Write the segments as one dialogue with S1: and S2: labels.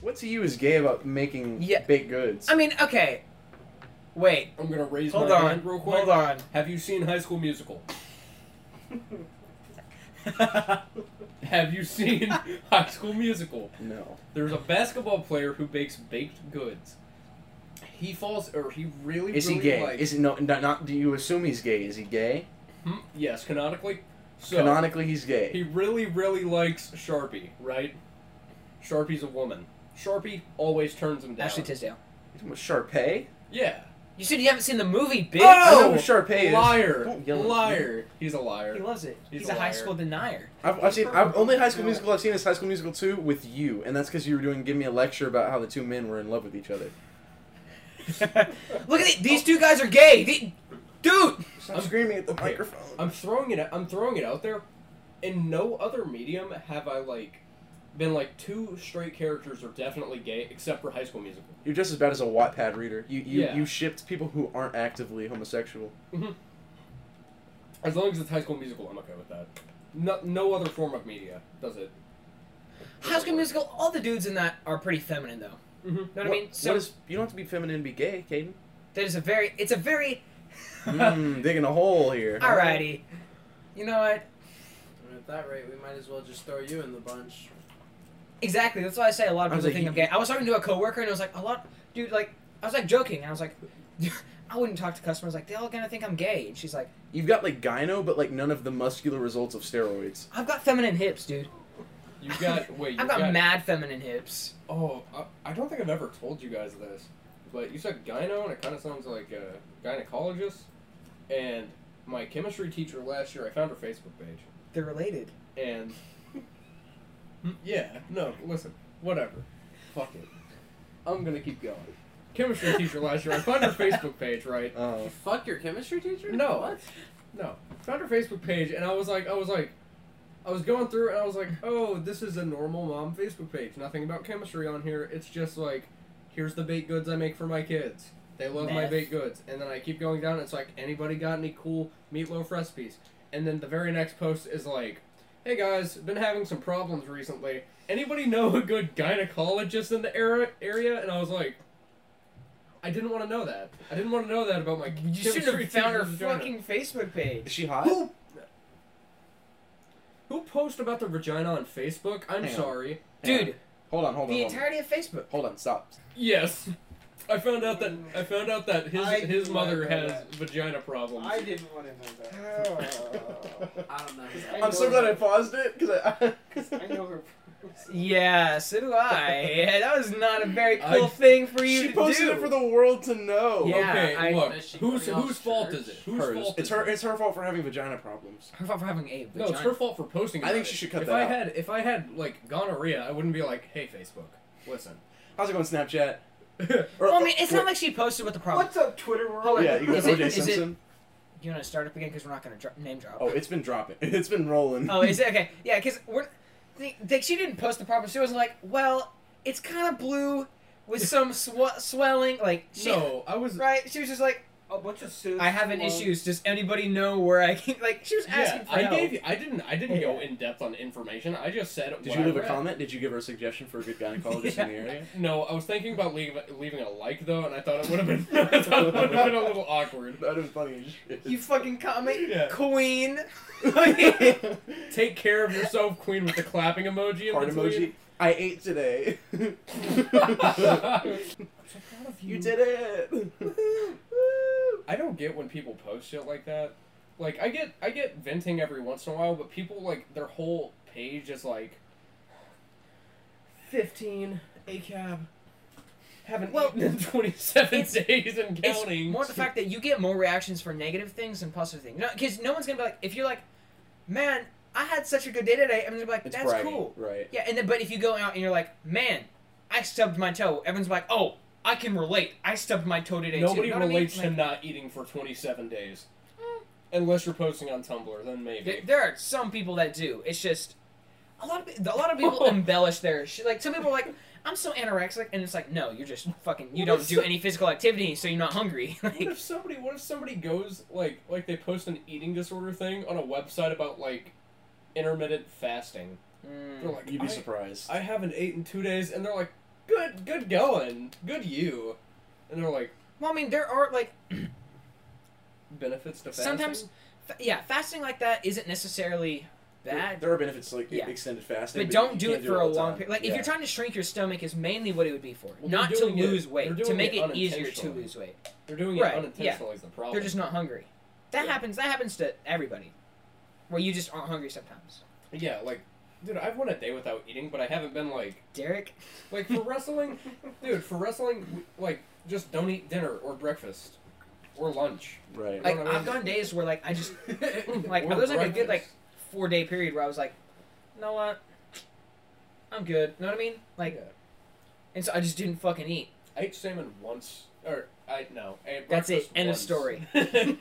S1: what to you is gay about making
S2: Yeah.
S1: baked goods?
S2: I mean, okay. Wait.
S3: I'm gonna raise
S2: Hold
S3: my
S2: on.
S3: hand real quick.
S2: Hold on.
S3: Have you seen High School Musical? Have you seen High School Musical?
S1: no.
S3: There's a basketball player who bakes baked goods. He falls, or he really,
S1: Is
S3: really
S1: he gay?
S3: likes-
S1: Is he no? Not, not do you assume he's gay? Is he gay?
S3: Hmm? Yes, canonically. So
S1: Canonically, he's gay.
S3: he really, really likes Sharpie, right? Sharpie's a woman. Sharpie always turns him down.
S2: Ashley Tisdale.
S1: You talking about Sharpay?
S3: yeah,
S2: You said you haven't seen the movie, bitch.
S1: I know
S3: Oh!
S1: who Sharpay is.
S3: liar,
S1: Don't yell at me.
S3: liar. He's a
S2: He
S3: liar.
S2: loves it. He's,
S3: He's
S2: a,
S3: a
S2: high
S3: liar.
S2: school denier.
S1: I've, I've seen I've only High School Musical I've seen is High School Musical two with you, and that's because you were doing give me a lecture about how the two men were in love with each other.
S2: Look at the, these two guys are gay. The- dude.
S1: I'm screaming at the
S3: Okay.
S1: microphone.
S3: I'm throwing it. I'm throwing it out there. In no other medium have I like been like two straight characters are definitely gay, except for High School Musical.
S1: You're just as bad as a Wattpad reader. You you,
S3: Yeah.
S1: you shipped people who aren't actively homosexual.
S3: As long as it's High School Musical, I'm okay with that. No, no other form of media does it.
S2: High School Musical. All the dudes in that are pretty feminine, though.
S3: Mm-hmm.
S2: You know what, I mean? So
S1: what is, you don't have to be feminine to be gay, Caden.
S2: that is a very. It's a very.
S1: Mm, digging a hole here.
S2: Alrighty. You know what?
S4: At that rate, we might as well just throw you in the bunch.
S2: Exactly. That's why I say a lot of
S1: I was
S2: people
S1: like,
S2: think
S1: you-
S2: I'm gay. I was talking to a coworker and I was like, a lot, dude. Like, I was like joking. And I was like, I wouldn't talk to customers. Like, they all gonna think I'm gay. And she's like,
S1: You've got like gyno, but like none of the muscular results of steroids.
S2: I've got feminine hips, dude.
S3: You got wait. You
S2: I've got, mad feminine hips.
S3: Oh, I, I don't think I've ever told you guys this, but you said gyno, and it kind of sounds like a gynecologist. And my chemistry teacher last year, I found her Facebook page.
S2: They're related.
S3: and yeah, no, listen, whatever, fuck it. I'm gonna keep going. Chemistry teacher last year, I found her Facebook page, right?
S1: Oh.
S4: You fuck your chemistry teacher?
S3: No.
S4: What?
S3: No, found her Facebook page, and I was like, I was like, I was going through, and I was like, oh, this is a normal mom Facebook page. Nothing about chemistry on here. It's just like, here's the baked goods I make for my kids. They love my
S2: Meth.
S3: baked goods, and then I keep going down. And it's like, anybody got any cool meatloaf recipes? And then the very next post is like, hey guys, been having some problems recently. Anybody know a good gynecologist in the era area? And I was like. I didn't want to know that. I didn't want to know that about my.
S2: You shouldn't
S3: chemistry
S2: have found her
S3: teacher's vagina.
S2: fucking Facebook
S1: Is
S2: page.
S1: she hot?
S3: Who? Who posts about their vagina on Facebook? I'm
S1: Hang on.
S3: sorry.
S1: Hang
S2: Dude,
S1: Hold on, hold on.
S2: the
S1: hold on.
S2: entirety of Facebook.
S1: Hold on, stop.
S3: Yes. I found out that I found out that his
S5: I
S3: his
S5: didn't
S3: mother
S5: like that.
S3: has vagina problems.
S5: I didn't want to know
S2: Oh.
S4: I don't know.
S1: I'm so glad I paused it because I.
S5: that. I know her.
S2: Yeah, so do I. Yeah, that was not a very
S3: I-
S2: cool thing for you
S1: she
S2: to
S1: posted
S2: do.
S1: it for the world to know.
S2: Yeah,
S3: okay,
S2: I-
S3: look,
S4: Is she
S3: whose
S4: going off
S3: whose fault
S4: church?
S3: is it? Whose
S1: Hers.
S3: fault?
S1: It's
S3: is
S1: her.
S3: It?
S1: It's her fault for having vagina problems.
S2: Her fault for having a
S3: No,
S2: vagina.
S3: it's her fault for posting.
S1: I think
S3: about
S1: she
S3: it.
S1: should cut
S3: if
S1: that
S3: I
S1: out.
S3: had if I had like gonorrhea, I wouldn't be like, hey Facebook, listen.
S1: How's it going, Snapchat? Or-
S2: Well, I mean, it's
S1: or-
S2: not like she posted what the problem.
S5: What's up, Twitter
S2: Hold
S5: world?
S2: on.
S1: Yeah, you go
S2: Is it-
S1: OJ
S2: is it-
S1: Simpson.
S2: You want to start up again because we're not going to dro- name drop.
S1: Oh, it's been dropping. It's been rolling.
S2: Oh, is it okay? Yeah, because we're. Think, think she didn't post the problem. She was like, well, it's kind of blue with some sw- swelling. Like, she,
S3: no, I was
S2: right? She was just like,
S5: A bunch of um, suits.
S2: I have an
S5: Well,
S2: issues. Does anybody know where I can? Like, she was asking
S3: yeah,
S2: for
S3: I
S2: help.
S3: gave you I didn't I didn't go
S2: Yeah.
S3: in depth on information. I just said
S1: Did
S3: what
S1: you
S3: I
S1: leave a
S3: read.
S1: comment? Did you give her a suggestion for a good gynecologist in the area?
S3: No, I was thinking about leave, leaving a like though, and I thought it would have been, I thought it would have been a little awkward.
S1: That'd been funny as shit.
S2: You fucking comment
S3: Yeah.
S2: queen.
S3: Take care of yourself, Queen, with the clapping emoji. in
S1: Heart emoji.
S3: between.
S1: I ate today. you
S3: I'm so proud of
S1: did it.
S3: I don't get when people post shit like that. Like I get, I get venting every once in a while, but people like their whole page is like. Fifteen a cab. Haven't
S2: Well,
S3: eaten in twenty seven
S2: it's-
S3: days and
S2: It's
S3: counting.
S2: more the fact that you get more reactions for negative things than positive things. No, because no one's gonna be like, if you're like, man, I had such a good day today. I'm gonna be like,
S1: It's
S2: that's
S1: bragging,
S2: cool.
S1: right?
S2: Yeah, and then but if you go out and you're like, man, I stubbed my toe. Everyone's like, oh, I can relate. I stubbed my toe today.
S3: Nobody
S2: too. You know what I mean?
S3: relates
S2: Like, Mm.
S3: to not eating for twenty seven days. Unless you're posting on Tumblr, then maybe.
S2: There, there are some people that do. It's just a lot of a lot of people embellish their shit. Like some people are like, I'm so anorexic, and it's like, no, you're just fucking. You
S3: What
S2: don't
S3: if
S2: do
S3: so-
S2: any physical activity, so you're not hungry.
S3: What
S2: like,
S3: if somebody? What if somebody goes like like they post an eating disorder thing on a website about like intermittent fasting? They're
S2: mm,
S3: like,
S1: You'd be
S3: I,
S1: surprised.
S3: I haven't ate in two days, and they're like, good, good going, good you. And they're like
S2: Well, I mean, there are like
S3: benefits to fasting.
S2: sometimes, fa- yeah, fasting like that isn't necessarily bad.
S1: There are benefits like
S2: Yeah.
S1: extended fasting,
S2: But
S1: but
S2: don't
S1: you
S2: do
S1: can't
S2: it for a
S1: all the
S2: long
S1: time.
S2: period. Like
S1: Yeah.
S2: if you're trying to shrink your stomach, is mainly what it would be for,
S3: Well,
S2: not
S3: they're
S2: to
S3: doing it-
S2: lose
S3: they're
S2: weight, to
S3: doing
S2: make
S3: it
S2: it, easier to
S3: unintentionally.
S2: lose weight.
S3: they're doing
S2: Right,
S3: it
S2: yeah.
S3: unintentionally is the problem.
S2: They're just not hungry. That
S3: Yeah.
S2: happens. That happens to everybody. Where you just aren't hungry sometimes.
S3: Yeah, like, dude, I've went a day without eating, but I haven't been like,
S2: Derek,
S3: like for wrestling, dude, for wrestling, w- like, just don't eat dinner or breakfast or lunch.
S1: Right.
S3: I
S2: like
S3: know what
S2: I've
S3: mean.
S2: gone days where like I just like
S3: or
S2: I was like a good
S3: breakfast.
S2: like four day period where I was like, you know what, I'm good. You know what I mean? Like,
S3: Yeah.
S2: and so I just didn't fucking eat.
S3: I ate salmon once, or I no, I ate
S2: That's it.
S3: breakfast
S2: End of
S3: once.
S2: story.
S3: I,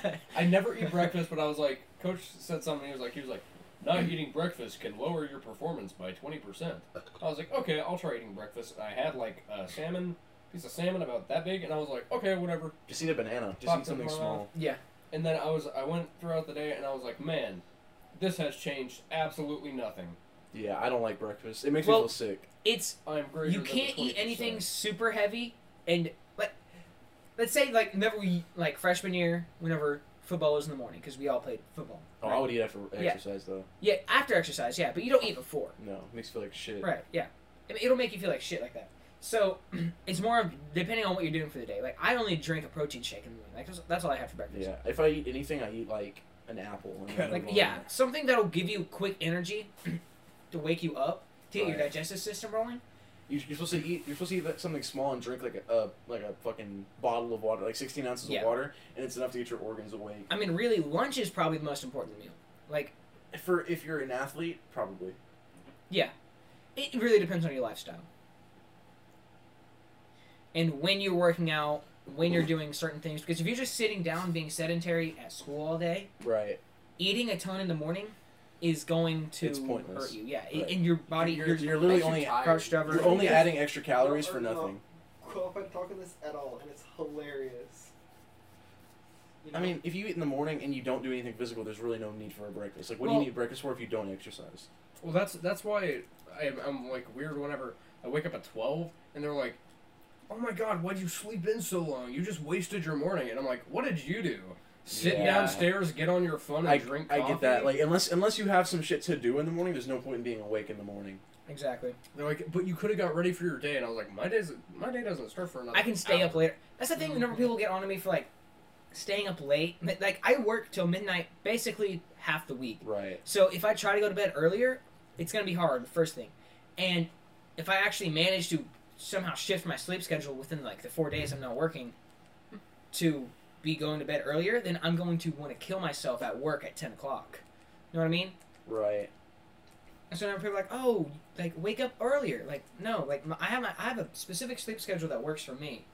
S3: ate- I never eat breakfast, but I was like, coach said something. He was like, he was like, not eating breakfast can lower your performance by twenty percent. I was like, okay, I'll try eating breakfast. I had like a salmon, piece of salmon about that big, and I was like, okay, whatever.
S1: Just eat a banana. Just
S3: Popped
S1: eat something
S3: in my
S1: small.
S2: yeah.
S3: And then I was, I went throughout the day, and I was like, man, this has changed absolutely nothing.
S1: Yeah, I don't like breakfast. It makes
S2: Well,
S1: me feel sick.
S2: It's
S3: I am greater.
S2: you
S3: than the
S2: can't eat
S3: 20%.
S2: anything super heavy and like let's say like whenever we like freshman year whenever football was in the morning because we all played football
S1: Oh, I
S2: right?
S1: would eat after
S2: Yeah.
S1: exercise though.
S2: yeah after exercise yeah but you don't eat before
S1: No, it makes me feel like shit.
S2: right yeah I mean, it'll make you feel like shit like that so it's more of depending on what you're doing for the day like i only drink a protein shake in the morning like that's, that's all i have for breakfast
S1: Yeah. If I eat anything, I eat like an apple. and then
S2: like
S1: move on.
S2: yeah something that'll give you quick energy to wake you up to get your
S1: Right.
S2: digestive system rolling
S1: You- You're supposed to eat. You're supposed to eat like, something small and drink like a uh, like a fucking bottle of water, like 16 ounces
S2: Yeah.
S1: of water, and it's enough to get your organs awake.
S2: i mean really lunch is probably the most important meal like
S1: For if you're an athlete, probably.
S2: It really depends on your lifestyle. And when you're working out, when you're doing certain things. Because if you're just sitting down being sedentary at school all day,
S1: Right.
S2: eating a ton in the morning is going to
S1: It's pointless.
S2: hurt you. Yeah. i-
S1: Right.
S2: And your body,
S1: You're,
S2: your
S1: you're literally
S4: Makes you
S1: only
S4: tired.
S2: crouched over.
S1: you're only adding extra calories for
S5: No.
S1: nothing.
S5: Qualified talking this at all, and it's hilarious. You
S1: I
S5: know?
S1: mean, if you eat in the morning and you don't do anything physical, there's really no need for a breakfast. Like, what do
S2: Well-
S1: you need breakfast for if you don't exercise?
S3: Well, that's that's why I, I'm like weird whenever I wake up at twelve and they're like, "Oh my god, why'd you sleep in so long? You just wasted your morning." And I'm like, "What did you do? Sit
S1: Yeah.
S3: downstairs, get on your phone, and
S1: I,
S3: drink
S1: I
S3: coffee."
S1: get that. Like, unless unless you have some shit to do in the morning, there's no point in being awake in the morning.
S2: Exactly.
S3: they're like, "But you could have got ready for your day." And I was like, "My day's my day doesn't start
S1: Oh.
S3: for another."
S2: I can stay
S3: hour."
S2: up later. That's the thing. Whenever people get on to me for like staying up late, like I work till midnight basically half the week.
S1: Right.
S2: So if I try to go to bed earlier, it's gonna be hard. First thing, and if I actually manage to somehow shift my sleep schedule within like the four days I'm not working, to be going to bed earlier, then I'm going to want to kill myself at work at ten o'clock. You know what I mean?
S1: Right.
S2: And so now people are like, oh, like wake up earlier. Like no, like my, I have my, I have a specific sleep schedule that works for me,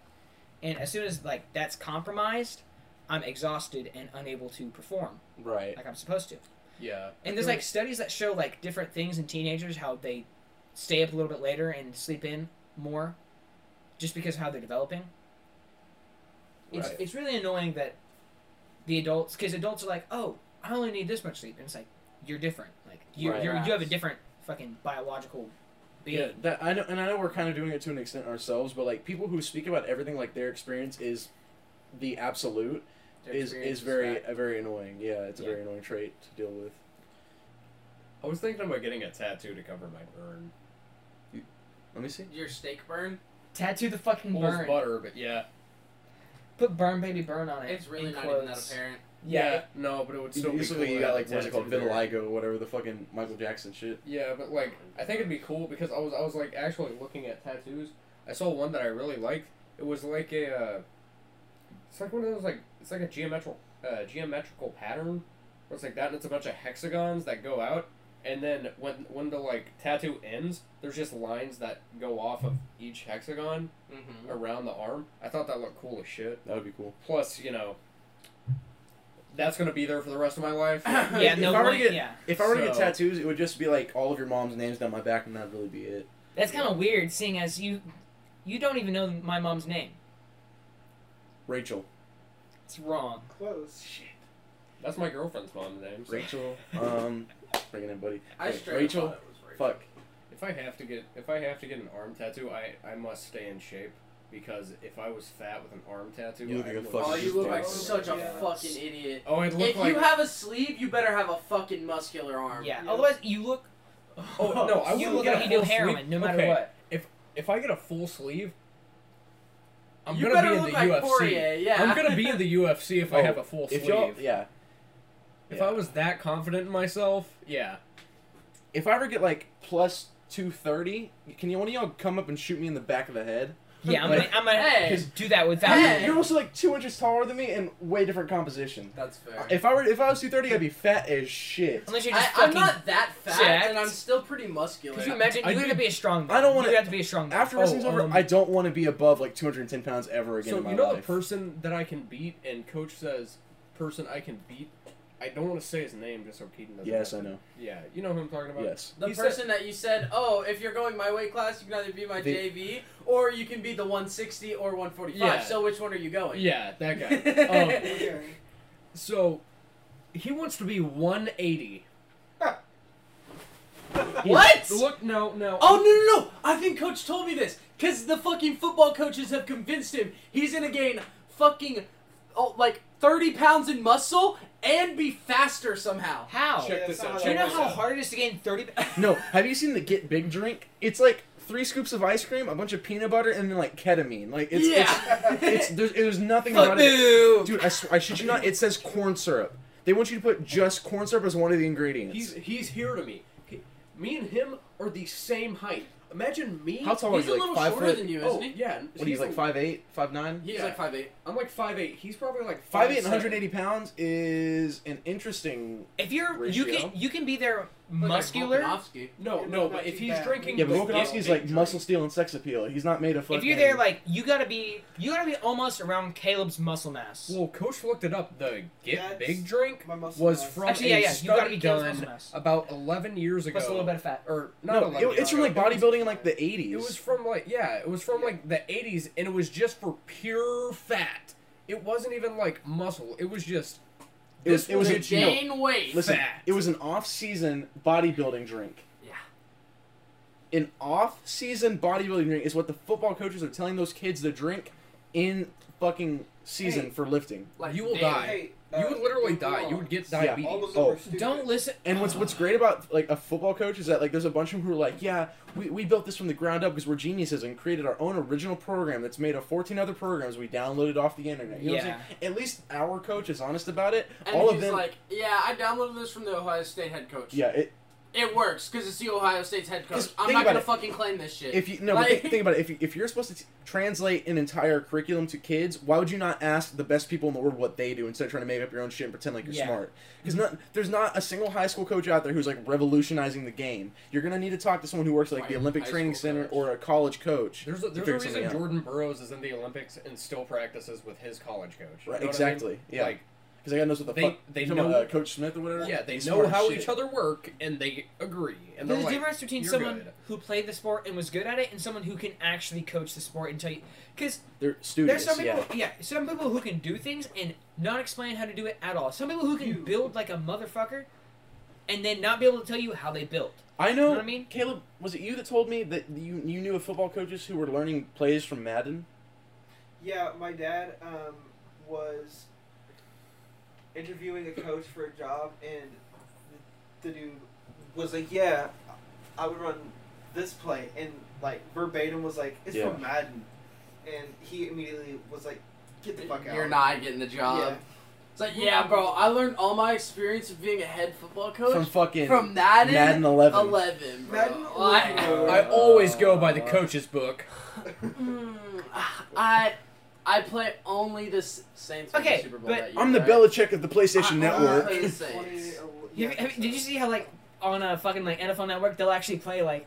S2: and as soon as like that's compromised, I'm exhausted and unable to perform
S1: Right.
S2: like I'm supposed to.
S3: Yeah,
S2: And there's like studies that show like different things in teenagers how they stay up a little bit later and sleep in more, just because of how they're developing. It's
S1: Right.
S2: it's really annoying that the adults because adults are like, oh, I only need this much sleep, and it's like you're different. Like you
S1: Right.
S2: you're, you have a different fucking biological being.
S1: Yeah, that I know, and I know we're kind of doing it to an extent ourselves, but like people who speak about everything like their experience is the absolute
S2: Their
S1: is
S2: experience
S1: is very
S2: that.
S1: uh, very annoying. Yeah, it's
S2: Yeah.
S1: a very annoying trait to deal with.
S3: I was thinking about getting a tattoo to cover my burn.
S1: Let me see.
S4: Your steak burn?
S2: tattoo the fucking
S3: Well, it's
S2: burn.
S3: butter, but yeah,
S2: Put burn baby burn on it.
S4: It's really
S2: in
S4: not even that
S2: quotes.
S4: apparent.
S2: Yeah.
S3: no, but it would still
S1: So
S3: be
S1: basically,
S3: cool
S1: you
S3: to have
S1: got
S3: a
S1: like what's it called,
S3: tattoo there.
S1: vitiligo, whatever the fucking Michael Jackson shit.
S3: Yeah, but like I think it'd be cool because I was I was like actually looking at tattoos. I saw one that I really liked. It was like a uh, it's like one of those like it's like a geometrical uh, geometrical pattern where it's like that and it's a bunch of hexagons that go out and then when when the like tattoo ends, there's just lines that go off of each hexagon
S4: Mm-hmm.
S3: around the arm. I thought that looked cool as shit.
S1: That would be cool.
S3: Plus, you know, that's gonna be there for the rest of my life.
S2: Yeah. No
S1: if I were
S2: one.
S1: to get,
S2: Yeah.
S1: if I were to get
S3: So-
S1: tattoos, it would just be like all of your mom's names down my back, and that'd really be it.
S2: That's kind of weird, seeing as you you don't even know my mom's name.
S1: Rachel,
S2: It's wrong.
S5: Close. Shit.
S3: That's my girlfriend's mom's name. so-
S1: Rachel, um, bringing in buddy.
S4: I
S1: Wait,
S4: straight up
S1: Rachel?
S4: thought it was Rachel.
S1: Fuck.
S3: If I have to get if I have to get an arm tattoo, I I must stay in shape because if I was fat with an arm tattoo,
S1: You look like
S3: I'd
S1: a
S3: look
S1: fucking
S4: Oh, you look like
S1: Oh,
S4: such a
S5: yeah.
S4: fucking idiot.
S3: Oh, I'd look
S4: If
S3: like
S4: you have a sleeve, you better have a fucking muscular arm.
S2: Yeah.
S5: Yeah.
S2: Otherwise, you look.
S3: Oh, no, I
S2: you
S3: wouldn't
S2: look
S3: get a
S2: like you do
S3: full
S2: heroin,
S3: sleeve.
S2: no matter
S3: Okay.
S2: what.
S3: if I get a full sleeve. I'm
S4: you
S3: gonna
S4: better
S3: be in
S4: look
S3: the
S4: like
S3: UFC.
S4: Poirier. Yeah.
S3: I'm gonna be in the UFC if I
S1: Oh,
S3: have a full
S1: If
S3: sleeve.
S1: y'all, yeah,
S3: If
S1: Yeah.
S3: I was that confident in myself, yeah.
S1: if I ever get like plus two thirty, can you one of y'all come up and shoot me in the back of the head?
S2: Yeah, I'm gonna, I'm gonna
S4: Hey.
S2: just do that without.
S4: Hey.
S1: You're also like two inches taller than me and way different composition.
S4: That's fair.
S1: If I were, if I was two thirty, I'd be fat as shit.
S2: Unless you're
S4: I,
S2: just
S4: I'm
S2: fucking.
S4: not that fat,
S2: jacked.
S4: and I'm still pretty muscular.
S2: could you imagine?
S3: I
S2: you have
S3: do-
S2: to be a strong.
S1: I don't wanna-
S2: to. You have to be a strong. man.
S1: After wrestling's
S3: Oh,
S1: over,
S3: um,
S1: I don't want to be above like two hundred and ten pounds ever again
S3: So
S1: in my
S3: you know the
S1: life.
S3: person that I can beat, and coach says, "Person I can beat." I don't want to say his name just so Keaton doesn't.
S1: yes, I
S3: have to-
S1: know.
S3: Yeah, you know who I'm talking about.
S1: Yes.
S4: The
S3: He said-
S4: person that you said, oh, if you're going my weight class, you can either be my
S1: The-
S4: JV or you can be the 160 or 145.
S3: Yeah.
S4: So which one are you going?
S3: Yeah, that guy. um,
S1: Oh.
S5: Okay.
S3: so he wants to be 180. He's-
S4: What?
S3: Look, no, no.
S4: Oh no no no! I think Coach told me this because the fucking football coaches have convinced him he's gonna gain fucking oh, like 30 pounds in muscle and be faster somehow.
S2: How?
S5: Check
S3: Check
S5: Yeah,
S3: this
S5: this out,
S3: out.
S5: somehow
S2: Do you
S5: check
S2: know
S5: this
S2: how hard it is to gain thirty?
S1: No. Have you seen the Get Big drink? It's like three scoops of ice cream, a bunch of peanut butter, and then like ketamine. Like it's
S4: yeah.
S1: it's, it's there's, there's nothing
S2: Fuck
S1: about it.
S2: you.
S1: Dude, I, sw- I shit you not. It says corn syrup. They want you to put just corn syrup as one of the ingredients.
S3: He's he's here to me. He- Me and him are the same height. Imagine me.
S1: How tall are
S4: he's
S1: you?
S4: a
S1: Like
S4: little
S1: five
S4: shorter
S1: foot?
S4: than you,
S3: Oh,
S4: isn't he?
S3: yeah.
S1: What are you like five eight, five nine?
S4: He's
S3: yeah.
S4: like 5'8.
S3: I'm like five eight. He's probably like
S1: Five eight and
S3: 5'7".
S1: 180 pounds is an interesting.
S2: If you're you
S1: Ratio.
S2: can you can be their
S4: Look like
S2: muscular.
S4: Volkanovski.
S3: No,
S5: Yeah,
S3: no,
S5: not
S3: but if
S5: too
S3: he's
S5: bad.
S3: drinking,
S1: Yeah, but
S3: the
S1: Volkanovski's
S3: big
S1: like
S3: drink-
S1: muscle steel and sex appeal. He's not made of fucking.
S2: if you're there, like you gotta be you gotta be almost around Caleb's muscle mass.
S3: Well, Coach looked it up. The get
S5: That's-
S3: big drink
S5: My muscle
S3: was
S5: mass.
S3: from
S2: Actually,
S3: a
S2: yeah, yeah, you gotta
S3: study
S2: be Caleb's muscle
S3: done
S2: mass.
S3: about eleven years ago.
S2: Plus a little bit of fat.
S3: or not
S1: no,
S3: 11
S1: it,
S3: years
S1: it's from like
S3: ago.
S1: bodybuilding in like the 80s.
S3: It was from like yeah, it was from like the eighties, and it was just for pure fat. It wasn't even like muscle. It was just.
S1: It was-
S3: this
S1: it was
S3: a
S1: a gen-
S4: Gain weight.
S1: Listen,
S3: fat.
S1: it was an off-season bodybuilding drink.
S4: Yeah.
S1: An off-season bodybuilding drink is what the football coaches are telling those kids to drink in fucking season
S5: Hey.
S1: for lifting.
S4: Like,
S3: you will
S4: damn.
S3: die.
S5: Hey,
S3: you
S5: uh,
S3: would literally
S5: don't
S3: die.
S5: wrong.
S3: You would get
S1: Yeah.
S3: diabetes.
S5: All of them
S1: Oh.
S5: are stupid.
S2: Don't listen.
S1: And what's what's great about like a football coach is that like there's a bunch of them who are like, yeah, we, we built this from the ground up because we're geniuses and created our own original program that's made of 14 other programs we downloaded off the internet. You know what
S2: Yeah.
S1: I'm saying? At least our coach is honest about it.
S4: And
S1: All
S4: he's
S1: of them.
S4: like, yeah, I downloaded this from the Ohio State head coach.
S1: yeah, it,
S4: It works because it's the Ohio State's head
S1: 'Cause
S4: coach. I'm
S1: think
S4: not
S1: about
S4: gonna
S1: it.
S4: fucking claim this shit.
S1: If you no, but
S4: Like-
S1: think, think about it. If, you, if you're supposed to t- translate an entire curriculum to kids, why would you not ask the best people in the world what they do instead of trying to make up your own shit and pretend like you're
S2: Yeah.
S1: smart? Because not there's not a single high school coach out there who's like revolutionizing the game. You're gonna need to talk to someone who works at, like
S4: Why
S1: the
S4: a
S1: Olympic
S4: high
S1: Training
S4: school
S1: Center
S4: coach?
S1: or a college coach.
S3: There's a,
S1: to
S3: there's a
S1: figure something
S3: reason
S1: out.
S3: Jordan Burroughs is in the Olympics and still practices with his college coach.
S1: Right,
S3: You know what I mean?
S1: exactly. Yeah.
S3: Like,
S1: Because I got knows what the
S3: They-
S1: fuck
S3: they
S1: you talking about,
S3: know-
S1: uh, Coach Smith or whatever.
S3: yeah, they
S1: He's
S3: know
S1: smart as
S3: how
S1: shit.
S3: each other work and they agree. And
S2: There's
S3: they're
S2: a
S3: like,
S2: difference between
S3: "You're
S2: someone
S3: good."
S2: who played the sport and was good at it and someone who can actually coach the sport and tell you. Because
S1: They're
S2: there's
S1: students.
S2: some people,
S1: yeah.
S2: yeah. some people who can do things and not explain how to do it at all. Some people who can
S5: You.
S2: build like a motherfucker, and then not be able to tell you how they built.
S1: I know.
S2: You know what I mean?
S1: Caleb, was it you that told me that you you knew of football coaches who were learning plays from Madden?
S5: Yeah, my dad um, was interviewing a coach for a job, and the dude was like, "Yeah, I would run this play," and like verbatim was like, "It's
S1: Yeah.
S5: from Madden," and he immediately was like, "Get the fuck out!"
S4: You're not getting the job.
S5: Yeah.
S4: It's like, yeah, bro, I learned all my experience of being a head football
S1: from
S4: coach
S1: fucking
S4: from, Madden,
S1: Madden 11.
S4: 11, bro.
S5: Madden
S4: Like,
S5: 11.
S3: I always go by the coach's book.
S4: mm, I, I play only the S- Saints won
S2: Okay,
S4: the Super Bowl
S2: but
S4: that year,
S1: I'm the
S4: right?
S1: Belichick of the PlayStation
S4: I-
S1: Network.
S4: I-
S5: uh,
S2: You- have- did you see how like on a fucking like NFL Network they'll actually play like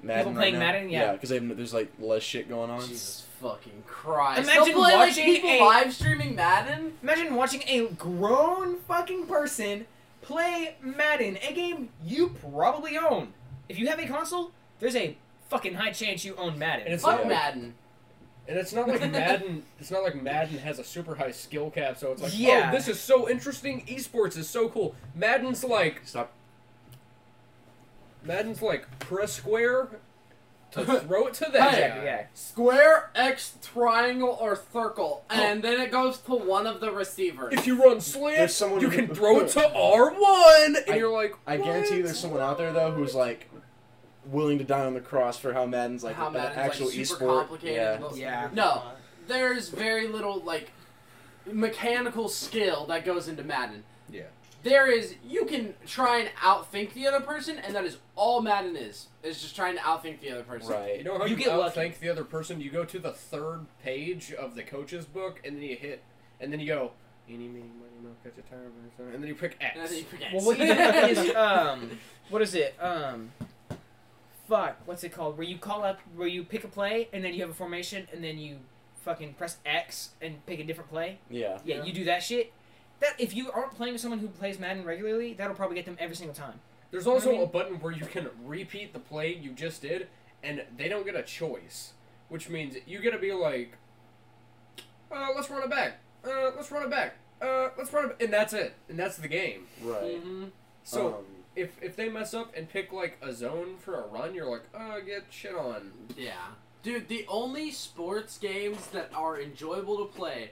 S2: People playing Madden, yeah.
S1: because there's like less shit going on.
S4: Jesus fucking Christ.
S2: Imagine
S4: They'll play, like,
S2: watching
S4: people
S2: a-
S4: live streaming Madden.
S2: imagine watching a grown fucking person play Madden, a game you probably own. If you have a console, there's a fucking high chance you own Madden.
S3: And it's
S4: Fuck
S1: Yeah.
S4: Madden.
S3: And it's not like Madden. It's not like Madden has a super high skill cap, so it's like,
S2: Yeah.
S3: oh, this is so interesting. Esports is so cool. Madden's like,
S1: Stop.
S3: Madden's like press square to throw it to them.
S2: Yeah,
S3: Yeah,
S2: yeah.
S3: yeah.
S4: Square, X, triangle, or circle,
S1: Oh.
S4: and then it goes to one of the receivers.
S3: If you run
S1: There's
S3: slant,
S1: someone
S3: you
S1: who-
S3: can throw it to R one, and
S1: I-
S3: you're like,
S1: I guarantee you,
S3: "What?"
S1: there's someone out there though who's like willing to die on the cross for how Madden's like
S4: How
S1: an
S4: Madden's, like,
S1: actual
S4: super
S1: e-sport.
S4: complicated.
S1: Yeah.
S4: Well,
S2: Yeah.
S4: No, there's very little like mechanical skill that goes into Madden.
S3: Yeah.
S4: There is you can try and outthink the other person, and that is all Madden is. Is just trying to outthink the other person.
S3: You
S1: Right.
S3: know how
S2: You
S3: you,
S2: get
S3: outthink
S2: lucky.
S3: the other person? You go to the third page of the coach's book, and then you hit, and then you go, "Eeny, meeny, miny, moe, catch a tire, burn, burn," and then you pick X.
S4: And then he forgets.
S2: Well, what you do is
S4: uh,
S2: um, what is it? Um, fuck, what's it called? Where you call up, where you pick a play, and then you have a formation, and then you fucking press X and pick a different play.
S1: Yeah.
S2: Yeah,
S4: Yeah.
S2: you do that shit. That if you aren't playing with someone who plays Madden regularly, that'll probably get them every single time.
S3: There's also
S2: I mean-
S3: a button where you can repeat the play you just did, and they don't get a choice, which means you gotta be like, uh, "Let's run it back. Uh, let's run it back. Uh, let's run it," and that's it, and that's the game.
S1: Right.
S4: Mhm.
S3: So.
S1: um,
S3: if if they mess up and pick like a zone for a run, you're like, uh, get shit on.
S4: Yeah. Dude, the only sports games that are enjoyable to play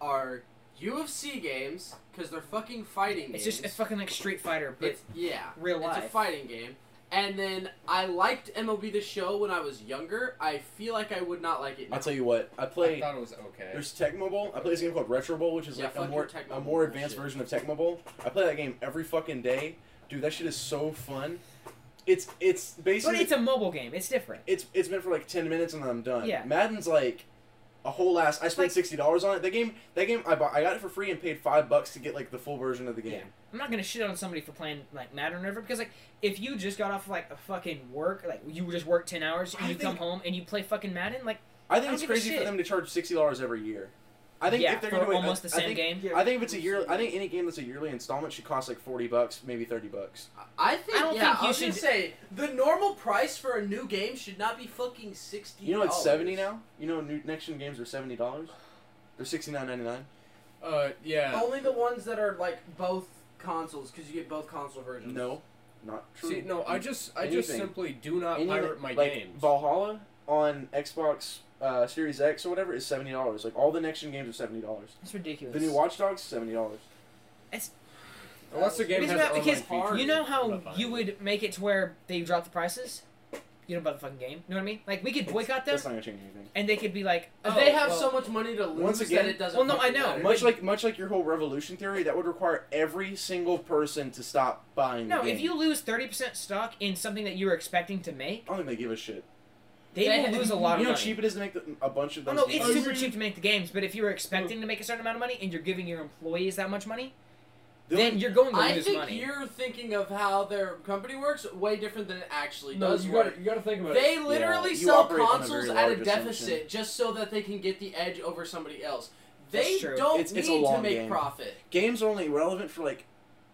S4: are UFC games because they're fucking fighting
S2: It's
S4: games.
S2: just it's fucking like Street Fighter, but
S4: It's yeah,
S2: real
S4: it's a
S2: life.
S4: fighting game. And then I liked MLB The Show when I was younger. I feel like I would not like it. Now.
S1: I'll tell you what. I play.
S3: I thought it was okay.
S1: There's Tecmo Bowl. I play this game called Retro Bowl, which is
S4: Yeah,
S1: like a
S4: fuck
S1: more
S4: your Tecmo
S1: a
S4: Bowl
S1: more advanced
S4: bullshit.
S1: version of Tecmo Bowl. I play that game every fucking day, dude. That shit is so fun. It's it's
S2: but
S1: basically
S2: it's a mobile game. It's different.
S1: it's it's meant for like ten minutes and then I'm done.
S2: Yeah.
S1: Madden's like a whole ass. I spent
S2: Like-
S1: sixty dollars on it. That game that game I bought, I got it for free and paid five bucks to get like the full version of the game.
S2: I'm not gonna shit on somebody for playing like Madden or whatever because like if you just got off like a fucking work like you just work ten hours and
S1: I
S2: you come
S1: think-
S2: home and you play fucking Madden like
S1: I think
S2: I
S1: it's
S2: don't give a
S1: crazy for
S2: shit.
S1: them to charge sixty dollars every year. I think
S2: yeah
S1: if they're
S2: for
S1: gonna do it-
S2: almost
S1: I-
S2: the same
S1: I think,
S2: game.
S1: I think if it's a year, I think any game that's a yearly installment should cost like forty bucks, maybe thirty bucks.
S4: I think
S2: I don't
S4: yeah,
S2: think you
S4: I was gonna
S2: should-
S4: say the normal price for a new game should not be fucking sixty.
S1: You know it's seventy now. You know new, next gen games are seventy dollars. They're sixty nine ninety nine.
S3: Uh, yeah.
S1: Oh,
S4: Only the ones that are like both consoles because you get both console versions.
S1: No, not true.
S3: See, no, I just I just
S1: Anything.
S3: simply do not
S1: Any-
S3: Uh, pirate my
S1: like,
S3: games.
S1: Valhalla on Xbox uh, Series X or whatever is seventy dollars. Like all the next gen games are seventy dollars.
S2: It's ridiculous.
S1: The new Watch Dogs seventy dollars.
S3: Unless the game
S2: Because
S3: has
S2: about-
S3: online
S2: because
S3: features,
S2: You know
S3: I'm
S2: how
S3: not buying
S2: you
S3: it.
S2: would make it to where they drop the prices? You don't buy the fucking game. You know what I mean? Like we could boycott them
S1: That's not gonna change anything.
S2: and they could be like, oh,
S4: they have
S2: well,
S4: so much money to lose
S1: Once again-
S4: that it doesn't.
S2: Well, no, I
S4: fucking
S2: know.
S4: matter.
S1: Much like much like your whole revolution theory, that would require every single person to stop buying. the
S2: No,
S1: game.
S2: if you lose thirty percent stock in something that you were expecting to make,
S1: I don't think they give a shit.
S2: they
S4: They-
S2: will lose a lot
S1: you
S2: of
S1: know how
S2: money.
S1: cheap it is to make the, a bunch of
S2: Oh
S1: those.
S2: no, it's
S1: games?
S2: super cheap to make the games, but if you were expecting to make a certain amount of money and you're giving your employees that much money,
S1: The
S2: then
S1: only-
S2: you're going to
S4: I
S2: lose
S4: think
S2: money.
S4: you're thinking of how their company works way different than it actually
S3: No,
S4: does
S3: you
S4: work.
S3: gotta you gotta think about it.
S4: They literally
S1: you
S4: sell
S1: operate on a very
S4: consoles at
S1: large
S4: a deficit
S1: assumption.
S4: just so that they can get the edge over somebody else.
S2: That's
S4: They
S2: true.
S4: don't
S1: It's-
S4: need
S1: it's a long
S4: to make
S1: game.
S4: profit.
S1: games are only relevant for like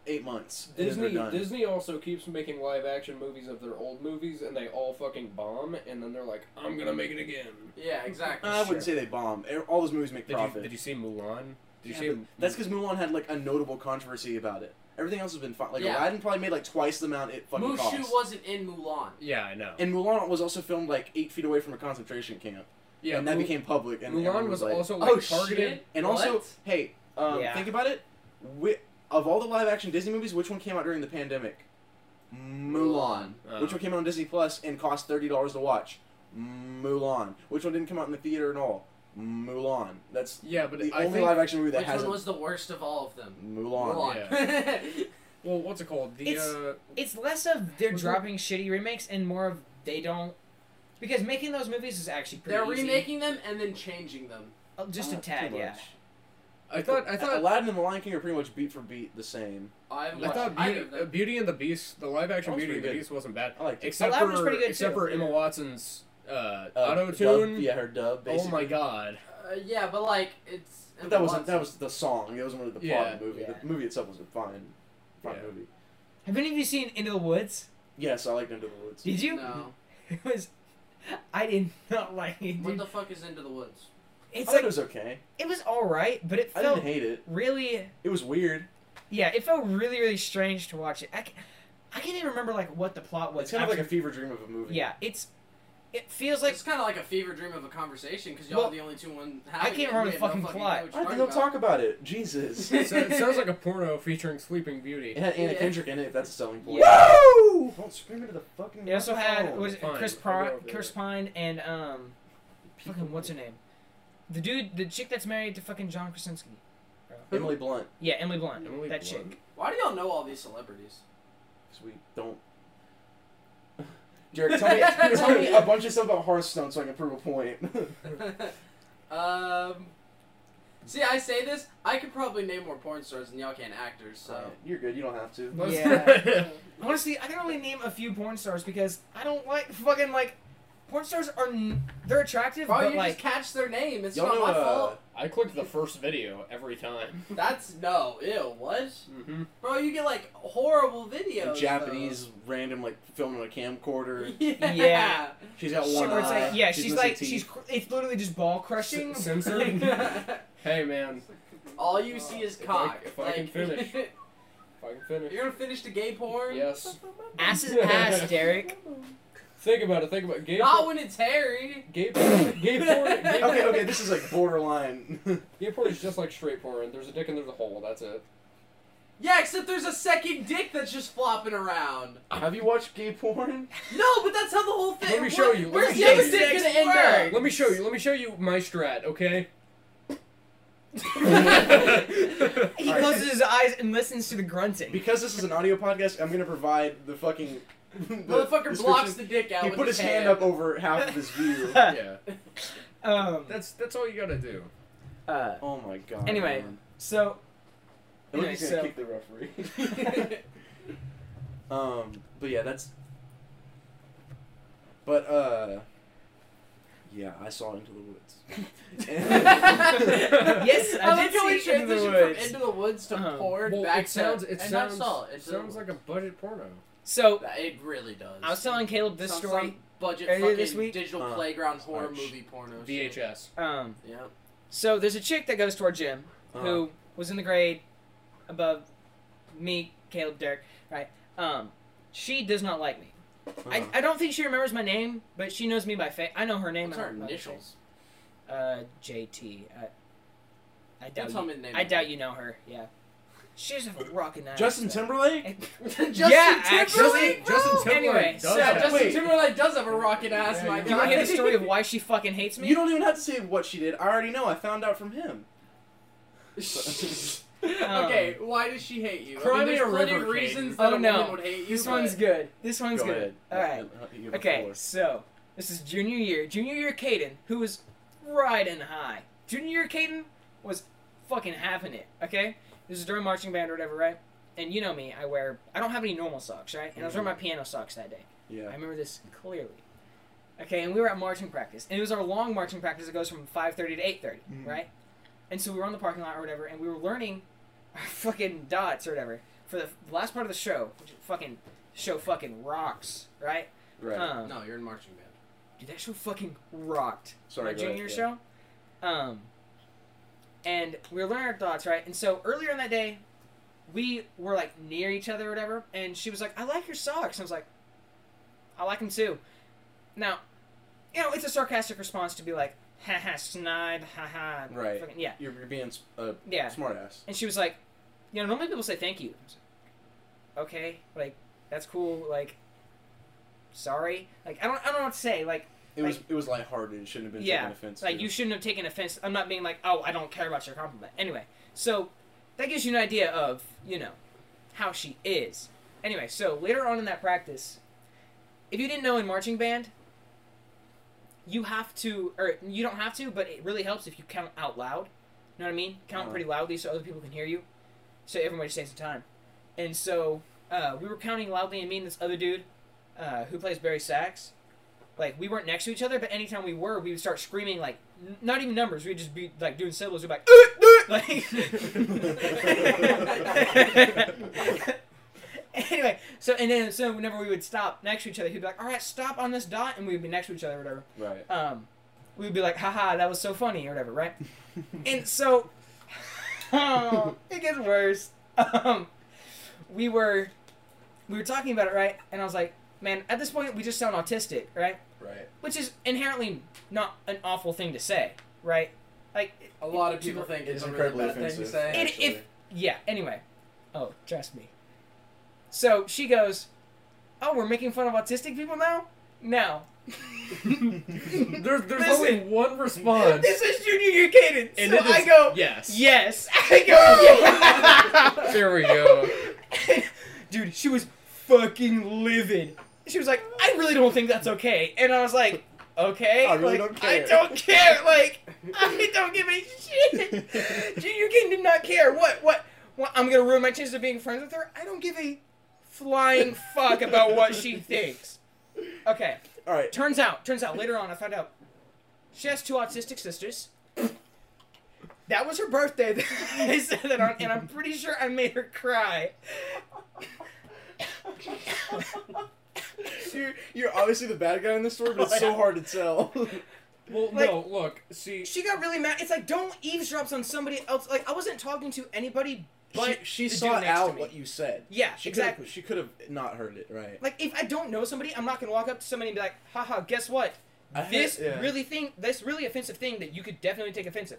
S1: eight months. and then they're
S3: Disney
S1: done.
S3: Disney also keeps making live action movies of their old movies, and they all fucking bomb, and then they're like, I'm gonna make it again.
S4: Yeah, exactly.
S1: I wouldn't say they bomb. E- All those movies make
S3: Did
S1: profit.
S3: you, did you see Mulan? Did
S1: Yeah,
S3: you see?
S1: but that's because Mulan had like a notable controversy about it. Everything else has been fine. Like
S4: Yeah.
S1: Aladdin probably made like twice the amount it fucking cost.
S4: Mushu wasn't in Mulan.
S3: Yeah, I know.
S1: and Mulan was also filmed like eight feet away from a concentration camp.
S3: yeah,
S1: and that
S3: Mu-
S1: became public. And everyone
S3: Mulan was
S1: like,
S3: also like
S4: Oh
S3: targeted.
S4: shit!
S1: And also,
S4: What?
S1: hey, um,
S2: Yeah.
S1: think about it. Whi of all the live action Disney movies, which one came out during the pandemic? Mulan.
S3: Uh.
S1: Which one came out on Disney Plus and cost thirty dollars to watch? Mulan. Which one didn't come out in the theater at all? Mulan. That's
S3: Yeah, but
S1: the
S3: I
S1: only
S3: think
S1: live action movie that
S4: which
S1: has
S4: one was the worst of all of them?
S1: Mulan.
S3: well, what's it called? The
S2: It's-
S3: uh,
S2: it's less of they're
S3: Was it-
S2: dropping shitty remakes and more of they don't because making those movies is actually pretty
S4: They're
S2: easy.
S4: remaking them and then changing them.
S2: Uh, just a
S1: Not
S2: tad,
S1: too
S2: yeah.
S1: much.
S3: I thought I thought
S1: Aladdin and the Lion King are pretty much beat for beat the same.
S4: I
S3: I
S4: haven't watched
S3: thought
S4: either
S3: Beauty,
S4: of
S3: uh,
S4: them.
S3: Beauty and the Beast, the live action
S1: That was
S3: Beauty and the
S1: pretty good.
S3: Beast wasn't bad,
S1: I liked it.
S3: except
S2: Aladdin
S3: for
S2: was pretty good,
S3: except
S2: too.
S3: for Emma
S2: Yeah.
S3: Watson's uh,
S1: Uh,
S3: auto
S1: dub-
S3: tune.
S1: Yeah, her dub.
S3: oh
S1: Basically.
S3: my god!
S4: Uh, yeah, but like it's.
S1: But that wasn't that was the song. It wasn't really the plot
S3: Yeah,
S1: of the movie.
S2: yeah.
S1: The movie itself was a fine, fine
S3: Yeah.
S1: movie.
S2: Have any of you seen Into the Woods?
S1: Yes, I liked Into the Woods.
S2: Did you?
S4: No.
S2: It was. I did not like it.
S4: What
S2: Dude.
S4: the fuck is Into the Woods?
S2: It's
S1: I thought
S2: like
S1: it was okay.
S2: it was all right, but it
S1: I didn't
S2: felt
S1: hate it.
S2: really.
S1: It was weird.
S2: Yeah, it felt really really strange to watch it. I, ca- I can't even remember like what the plot was.
S1: It's kind of like a
S2: after-
S1: fever dream of a movie.
S2: yeah, it's it feels like
S4: it's kind of like a fever dream of a conversation because y'all
S2: Well,
S4: are the only two one.
S2: can't remember the fucking plot.
S1: I think they'll talk about it. Jesus.
S3: So it sounds like a porno featuring Sleeping Beauty.
S1: It had Anna
S4: Yeah.
S1: Kendrick in it. If that's a selling point.
S2: Yeah.
S1: Woo! Don't scream into the fucking.
S2: it also had
S1: microphone.
S2: was it
S3: fine,
S2: Chris
S3: I'll
S2: Pri-
S3: go over
S2: Chris
S3: it.
S2: Pine and um fucking what's her name, the dude the chick that's married to fucking John Krasinski.
S1: Emily Blunt.
S2: Yeah, Emily Blunt.
S3: Emily
S2: that
S3: Blunt?
S2: chick.
S4: Why do y'all know all these celebrities?
S1: Because we don't. Derek, tell me, tell me a bunch of stuff about Hearthstone so I can prove a point.
S4: um, see, I say this. I could probably name more porn stars than y'all can actors. So
S1: Alright, you're good. You don't have to.
S3: Let's-
S2: Yeah. Honestly, I can only name a few porn stars because I don't like fucking like porn stars are n- they're attractive,
S4: probably
S2: but
S4: you
S2: like
S4: just catch their name. It's
S1: Y'all
S4: not
S1: know,
S4: my
S1: uh,
S4: fault.
S3: I clicked the first video every time.
S4: That's no, ew. What,
S3: Mm-hmm.
S4: bro? You get like horrible
S1: a
S4: videos. though.
S1: Japanese random like filming a camcorder.
S4: Yeah.
S2: Yeah.
S1: She's got
S2: Shit,
S1: one
S2: where it's
S1: eye.
S2: like, yeah, she's,
S1: missing
S2: like,
S1: teeth.
S2: she's, cr- it's literally just ball crushing.
S3: Censored. hey man,
S4: All you see is
S3: If I-
S4: cock.
S3: if I can
S4: Like,
S3: finish. if I can finish.
S4: you're gonna finish the gay porn.
S3: Yes.
S2: ass is ass, Derek.
S3: Think about it. Think about it. gay.
S4: Not
S3: Por-
S4: when it's hairy.
S3: gay porn. Gay porn. Gay porn,
S1: Okay, okay, this is like borderline.
S3: gay porn is just like straight porn. There's a dick and there's a hole. That's it.
S4: Yeah, except there's a second dick that's just flopping around.
S1: have you watched gay porn?
S4: No, but that's how the whole thing.
S3: Let me show you. Let
S4: Where's
S3: me
S4: the
S3: show
S4: other
S3: you.
S4: dick gonna end
S2: Work.
S4: up?
S3: Let me show you. Let me show you my strat. Okay.
S2: He closes his eyes and listens to the grunting.
S1: Because this is an audio podcast, I'm gonna provide the fucking. the
S4: Motherfucker blocks
S1: description.
S4: the dick out.
S1: He
S4: with
S1: put his hand up over half of his view.
S3: yeah.
S2: um,
S3: That's that's all you gotta do.
S2: uh,
S1: oh my god.
S2: Anyway.
S1: man.
S2: so,
S1: Nobody's
S2: Anyway,
S1: gonna
S2: so-
S1: kick the referee. Um, but yeah, that's. But uh. Yeah, I saw Into the Woods. And-
S2: Yes, I
S4: I
S2: did
S4: like how
S2: see
S4: we
S2: Into the
S4: transitioned
S2: Woods.
S4: from Into the Woods to
S2: Uh-huh.
S4: porn
S3: Well,
S4: back
S3: it sounds.
S4: to
S3: It
S4: and
S3: sounds.
S4: that's all.
S3: It
S4: Into the
S3: sounds like a budget porno.
S2: so,
S4: Woods. it really does.
S2: I was telling Caleb this
S4: Sounds
S2: story.
S4: like budget
S2: earlier
S4: fucking
S2: this week.
S4: digital
S1: Uh,
S4: playground horror
S1: alright, sh-
S4: movie
S3: Oh,
S4: porno. shit.
S3: VHS.
S2: Um,
S4: Yeah.
S2: so there's a chick that goes to our gym
S4: Uh-huh.
S1: Uh,
S2: who was in the grade above me, Caleb, Derek, right? Um, she does not like me. I,
S1: uh,
S2: I don't think she remembers my name, but she knows me by face. I know her name.
S4: What's
S2: I
S4: our
S2: don't know
S4: initials?
S2: face. Uh, JT. I, I
S4: Don't
S2: doubt.
S4: tell
S2: You,
S4: me the name.
S2: I doubt you know her. Yeah, she's a rocking ass.
S1: Justin
S2: though.
S1: Timberlake?
S4: Justin
S2: Yeah,
S4: Timberlake.
S2: actually-
S4: bro!
S3: Justin Timberlake
S2: Anyway,
S3: does
S2: so-
S4: Yeah,
S3: that.
S4: Justin
S1: Wait.
S4: Timberlake does have a rocket ass,
S3: Yeah,
S4: my
S3: you
S2: Do you want
S4: guy.
S2: to hear the story of why she fucking hates me?
S1: You don't even have to say what she did. I already know. I found out from him.
S2: Um,
S4: okay, why does she hate you?
S3: Cry
S4: I mean,
S3: me
S4: there's
S3: a
S4: plenty
S3: river,
S4: of
S3: Caden.
S4: reasons that
S2: Oh,
S4: a
S2: no.
S4: woman would hate you.
S2: This
S4: but-
S2: one's good. This one's good. All right.
S1: right.
S2: Okay, so this is junior year. Junior year Caden, who was riding high. Junior year Caden was fucking having it, okay? This is during marching band or whatever, right? And you know me, I wear, I don't have any normal socks, right? And I was wearing my piano socks that day. I
S1: Mm-hmm. Yeah.
S2: remember this clearly. Okay, and we were at marching practice. And it was our long marching practice that goes from 5.30 to 8.30,
S1: Mhm.
S2: right? And so we were on the parking lot or whatever, and we were learning our fucking dots or whatever for the the last part of the show, which fucking show fucking rocks, right?
S1: Right.
S2: Um,
S4: No, you're in marching band.
S2: Dude, that show fucking rocked.
S1: Sorry.
S2: My
S1: go ahead,
S2: junior
S1: yeah.
S2: show. Um, and we were learning our thoughts, right? And so earlier in that day, we were like near each other or whatever, and she was like, I like your socks. And I was like, I like them too. Now, you know, it's a sarcastic response to be like, ha ha, snide, ha ha.
S1: Right.
S2: Fucking, yeah.
S1: You're, you're being uh, a
S2: Yeah.
S1: smartass.
S2: And she was like, you know, normally people say thank you. I was like, okay, like, that's cool. Like, sorry. Like, I don't, I don't know what to say. Like,
S1: It was it was lighthearted. It shouldn't have been
S2: Yeah,
S1: taken offense.
S2: Like
S1: to.
S2: you shouldn't have taken offense. I'm not being like, oh, I don't care about your compliment. Anyway, so that gives you an idea of you know how she is. Anyway, so later on in that practice, if you didn't know in marching band, you have to, or you don't have to, but it really helps if you count out loud. You know what I mean? Count
S1: Uh-huh.
S2: pretty loudly so other people can hear you, so everybody saves some time. And so uh, we were counting loudly, and me and this other dude uh, who plays Barry Sachs, like we weren't next to each other, but anytime we were, we would start screaming like n- not even numbers. We'd just be like doing syllables. We'd be like, like. anyway, so and then so whenever we would stop next to each other, he'd be like, "All right, stop on this dot," and we'd be next to each other, or whatever.
S1: right.
S2: Um, we'd be like, "Haha, that was so funny," or whatever, right? and so oh, it gets worse. Um, we were we were talking about it, right? And I was like, man, at this point, we just sound autistic, right?
S1: Right.
S2: Which is inherently not an awful thing to say, right? Like,
S4: A lot of people think
S1: It's
S4: it's, a really
S1: incredibly
S4: bad thing to
S1: offensive,
S4: say.
S2: It-
S1: actually.
S2: if- yeah. Anyway, oh, trust me. So she goes, "Oh, we're making fun of autistic people now? No,
S3: There's, there's
S2: Listen.
S3: only one response.
S2: this is junior year cadence."
S3: And
S2: so
S3: it is-
S2: I go,
S3: yes.
S2: "Yes." I go,
S3: There we go.
S2: "Yeah." Dude, she was fucking livid. She was like, "I really don't think that's okay," and I was like, "Okay,
S1: I really
S2: like,
S1: don't
S2: I
S1: care."
S2: don't care. Like, I don't give a shit." junior King did not care. What? What? What? I'm gonna ruin my chances of being friends with her. I don't give a flying fuck about what she thinks. Okay.
S1: All right.
S2: Turns out, turns out, later on, I found out she has two autistic sisters. That was her birthday. that I said that on, and I'm pretty sure I made her cry.
S1: You're, you're obviously the bad guy in this story, but it's so hard to tell.
S3: Well, no, look, see,
S2: She got really mad. It's like don't eavesdrops on somebody else. Like I wasn't talking to anybody but
S1: she, she
S2: the
S1: sought
S2: dude next to
S1: out
S2: me.
S1: what you said.
S2: Yeah,
S1: She could've-
S2: exactly.
S1: she could have not heard it, right?
S2: Like if I don't know somebody, I'm not gonna walk up to somebody and be like, haha, guess what?
S1: I had-
S2: This
S1: yeah.
S2: really thing, this really offensive thing that you could definitely take offensive.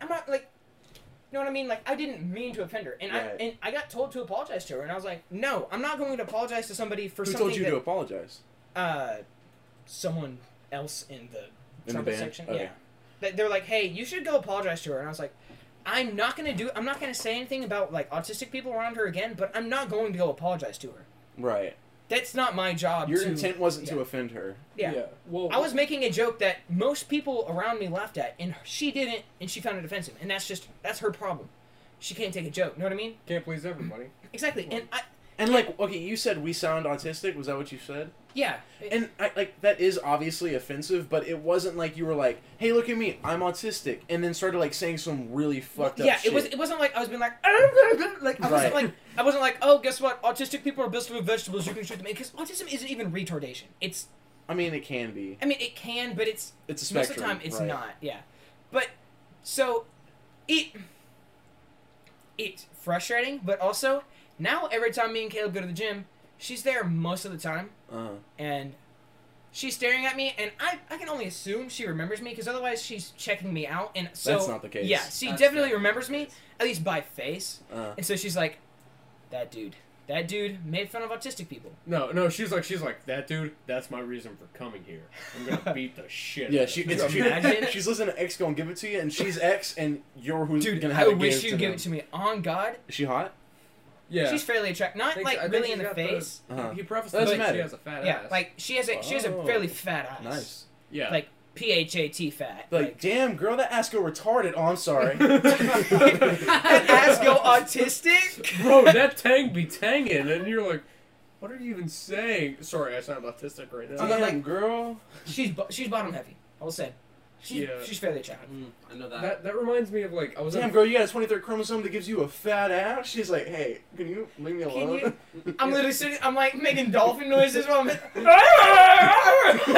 S2: I'm not like, you know what I mean? Like I didn't mean to offend her, and
S1: Right.
S2: I and I got told to apologize to her, and I was like, no, I'm not going to apologize to somebody for
S1: Who
S2: something
S1: told you
S2: that
S1: to apologize?
S2: uh, someone else in the
S1: the
S2: trumpet
S1: band?
S2: section.
S1: Okay.
S2: Yeah, They- they're like, "Hey, you should go apologize to her." And I was like, "I'm not gonna do. I'm not gonna say anything about like autistic people around her again. But I'm not going to go apologize to her.
S1: Right.
S2: That's not my job."
S1: Your
S2: to-
S1: intent wasn't to
S2: yeah.
S1: offend her.
S2: Yeah.
S3: Well,
S2: I was making a joke that most people around me laughed at, and she didn't, and she found it offensive, and that's just that's her problem. She can't take a joke. Know what I mean?
S3: can't please everybody.
S2: Exactly. And I,
S1: And like, okay, you said we sound autistic. Was that what you said?
S2: yeah.
S1: And I, like, that is obviously offensive, but it wasn't like you were like, "Hey, look at me, I'm autistic," and then started like saying some really fucked up.
S2: yeah,
S1: shit.
S2: it was. It wasn't like I was being like, like I
S1: Right.
S2: wasn't like I wasn't like, oh, guess what? Autistic people are best with vegetables. You can shoot them because autism isn't even retardation. It's.
S1: I mean, it can be.
S2: I mean, it can, but it's
S1: It's a
S2: most of
S1: spectrum.
S2: the time it's
S1: right.
S2: not. Yeah, but so it it's frustrating, but also now every time me and Caleb go to the gym, she's there most of the time
S1: Uh,
S2: and she's staring at me and I, I can only assume she remembers me because otherwise she's checking me out and so
S1: That's not the case.
S2: yeah she
S4: That's
S2: definitely
S4: not-
S2: remembers me at least by face
S1: uh.
S2: and so she's like that dude that dude made fun of autistic people
S3: No, no, she's like, she's like, that dude, that's my reason for coming here. I'm gonna beat the shit. out
S1: Yeah,
S3: of
S1: she,
S3: him."
S1: it's, she-
S2: imagine?
S1: she's listening to X gonna give it to you, and she's X, and you're who's
S2: dude
S1: gonna
S2: I
S1: have a
S2: wish
S1: give
S2: you'd
S1: to
S2: give
S1: them.
S2: it to me on God
S1: Is she hot?
S3: yeah.
S2: she's fairly attractive not
S3: Thanks,
S2: like
S3: I think
S2: really
S3: she's
S2: in the
S3: got the-
S2: face
S1: Uh-huh.
S3: He prefaced
S1: Doesn't
S3: it like she
S1: matter.
S3: has a fat
S2: yeah
S3: ass.
S2: like she has a she has a
S1: Oh.
S2: fairly fat ass
S1: Nice.
S3: yeah.
S2: like PHAT fat
S1: Like, damn, girl, that ass go retarded. Oh, I'm sorry.
S2: that ass go autistic
S3: bro, that tang be tanging, and you're like, what are you even saying? Sorry, I sound autistic right now.
S1: Damn,
S2: like-
S1: girl.
S2: she's bo- she's bottom heavy I will say she's,
S3: Yeah.
S2: she's fairly attractive
S4: Mm, I know that.
S3: That that reminds me of like I was
S1: Damn,
S3: at
S1: girl, you got a 23rd chromosome that gives you a fat ass. She's like, hey, can you leave me
S2: Can
S1: alone?
S2: you? I'm literally sitting. I'm like making dolphin noises while I'm. Dude,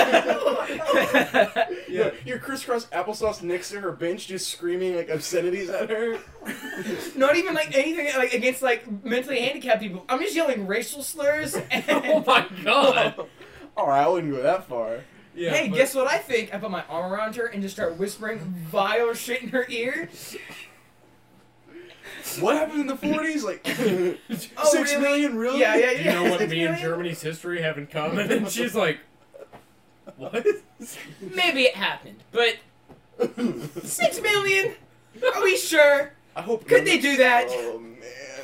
S1: yeah, you're crisscross applesauce next to her bench, just screaming like obscenities at her.
S2: not even like anything like against like mentally handicapped people. I'm just yelling racial slurs. And,
S3: Oh my god.
S1: All right, I wouldn't go that far.
S3: Yeah,
S2: hey,
S3: but-
S2: guess what I think? I put my arm around her and just start whispering vile shit in her ear.
S1: What happened in the 40s? Like, six million,
S2: Oh, really?
S1: really?
S2: Yeah, yeah, yeah.
S3: Do you know what
S2: Six
S3: me and
S2: million?
S3: Germany's history have in common? And she's like, what?
S2: Maybe it happened, but six million. Are we sure?
S1: I hope.
S2: Could they do that?
S1: Oh man,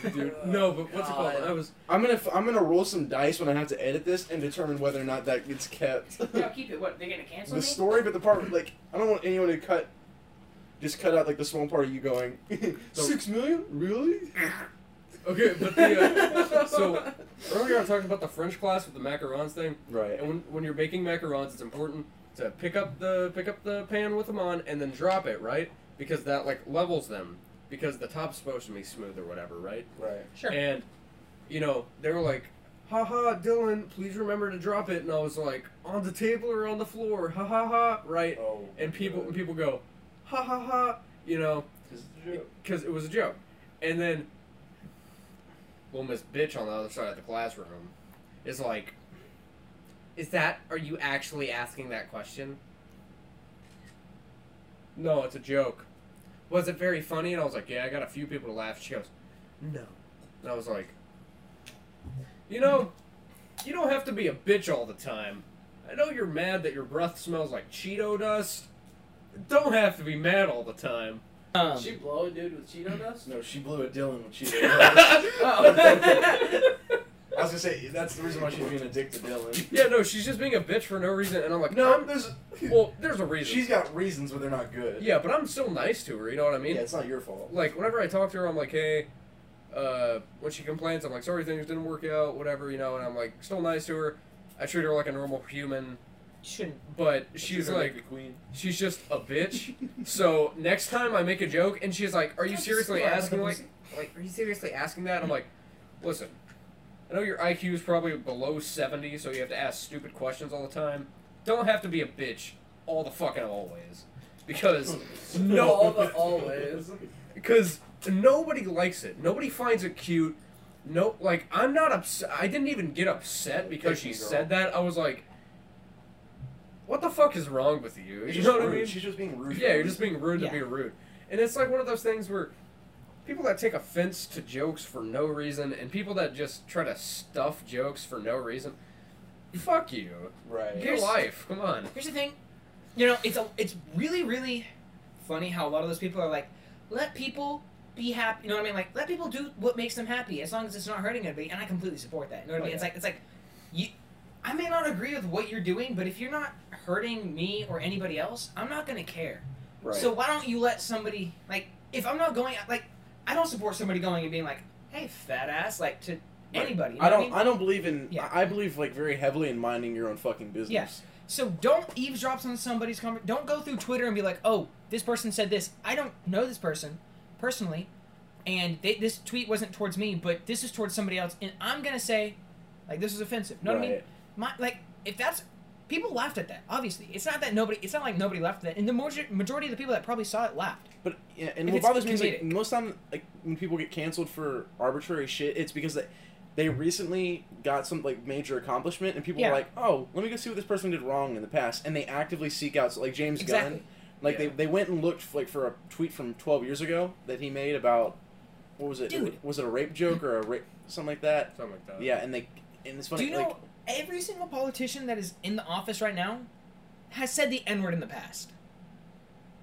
S1: dude.
S3: Dude, no, but what's it
S4: God.
S3: called? I was
S1: I'm gonna I'm gonna roll some dice when I have to edit this and determine whether or not that gets kept.
S2: keep it. What? They're gonna cancel
S1: the story, but the part where, like I don't want anyone to cut. Just cut out like the small part of you going six million, really?
S3: okay, but the uh, so earlier I talked about the French class with the macarons thing,
S1: Right.
S3: and when, when you're baking macarons, it's important to pick up the pick up the pan with them on and then drop it right because that like levels them because the top's supposed to be smooth or whatever, right?
S1: Right.
S2: Sure.
S3: And, you know, they were like, ha ha, Dylan, please remember to drop it. And I was like, on the table or on the floor, ha ha ha, right?
S1: Oh.
S3: And people and people go, ha ha ha, you know, because it was a joke. And then little Miss Bitch on the other side of the classroom is like,
S6: Is that? Are you actually asking that question?
S3: no, it's a joke.
S6: Was it very funny?
S3: And I was like, yeah, I got a few people to laugh. She goes,
S6: No.
S3: and I was like, you know, you don't have to be a bitch all the time. I know you're mad that your breath smells like Cheeto dust. Don't have to be mad all the time.
S2: Um,
S4: Did she blow a dude with Cheeto dust?
S1: No, she blew a Dylan when she did. I
S4: Oh.
S1: was gonna say that's the reason why she's being a dick to Dylan.
S3: Yeah, no, she's just being a bitch for no reason, and I'm like,
S1: No,
S3: no,
S1: there's
S3: well, there's a reason.
S1: she's got reasons, but they're not good.
S3: yeah, but I'm still nice to her. You know what I mean?
S1: yeah, it's not your fault.
S3: like whenever I talk to her, I'm like, hey, uh, when she complains, I'm like, sorry, things didn't work out, whatever, you know, and I'm like, still nice to her. I treat her like a normal human,
S2: shouldn't.
S3: but she's
S1: You're
S3: like,
S1: the queen.
S3: she's just a bitch. so next time I make a joke, and she's like, are you seriously asking like, like, are you seriously asking that? I'm like, listen, I know your IQ is probably below 70, so you have to ask stupid questions all the time. Don't have to be a bitch all the fucking always, because no, all the always. because nobody likes it. Nobody finds it cute. No, like I'm not upset. I didn't even get upset because she
S1: Thank you, girl.
S3: said that. I was like, "What the fuck is wrong with you?"
S1: She's
S3: You
S1: just
S3: know what I
S1: rude.
S3: mean?
S1: She's just being rude.
S3: Yeah, you're just being rude
S2: Yeah.
S3: to be rude, and it's like one of those things where people that take offense to jokes for no reason and people that just try to stuff jokes for no reason. Fuck you.
S1: right.
S3: Get a life. Come on.
S2: Here's the thing, you know, it's a, it's really really funny how a lot of those people are like, let people be happy. You know what I mean? Like let people do what makes them happy as long as it's not hurting anybody. And I completely support that. You know what I
S3: Oh,
S2: mean? It's like it's like, you, I may not agree with what you're doing, but if you're not hurting me or anybody else, I'm not gonna care.
S1: Right.
S2: So why don't you let somebody like if I'm not going like I don't support somebody going and being like, hey fat ass like to anybody. you know
S1: I
S2: what
S1: don't.
S2: mean?
S1: I don't believe in.
S2: Yeah.
S1: I I believe like very heavily in minding your own fucking business.
S2: Yes. So don't eavesdrop on somebody's conversation. Don't go through Twitter and be like, "Oh, this person said this. I don't know this person personally, and they, this tweet wasn't towards me, but this is towards somebody else, and I'm gonna say, like, this is offensive." Know what I mean?
S1: Right.
S2: My like, if that's people laughed at that. Obviously, it's not that nobody. It's not like nobody laughed at that, and the major- majority of the people that probably saw it laughed.
S1: But yeah, and
S2: If
S1: what
S2: it's
S1: bothers me is like
S2: comedic.
S1: most time like when people get canceled for arbitrary shit, it's because they they recently got some like major accomplishment and people
S2: Yeah.
S1: are like, oh, let me go see what this person did wrong in the past, and they actively seek out so, like James
S2: Exactly.
S1: Gunn, like they,
S3: Yeah.
S1: they went and looked like for a tweet from twelve years ago that he made about what was it?
S2: Dude.
S1: Was it a rape joke or a rape something like that?
S3: Something like that.
S1: Yeah, and they and it's funny.
S2: Do you know
S1: like,
S2: every single politician that is in the office right now has said the N word in the past?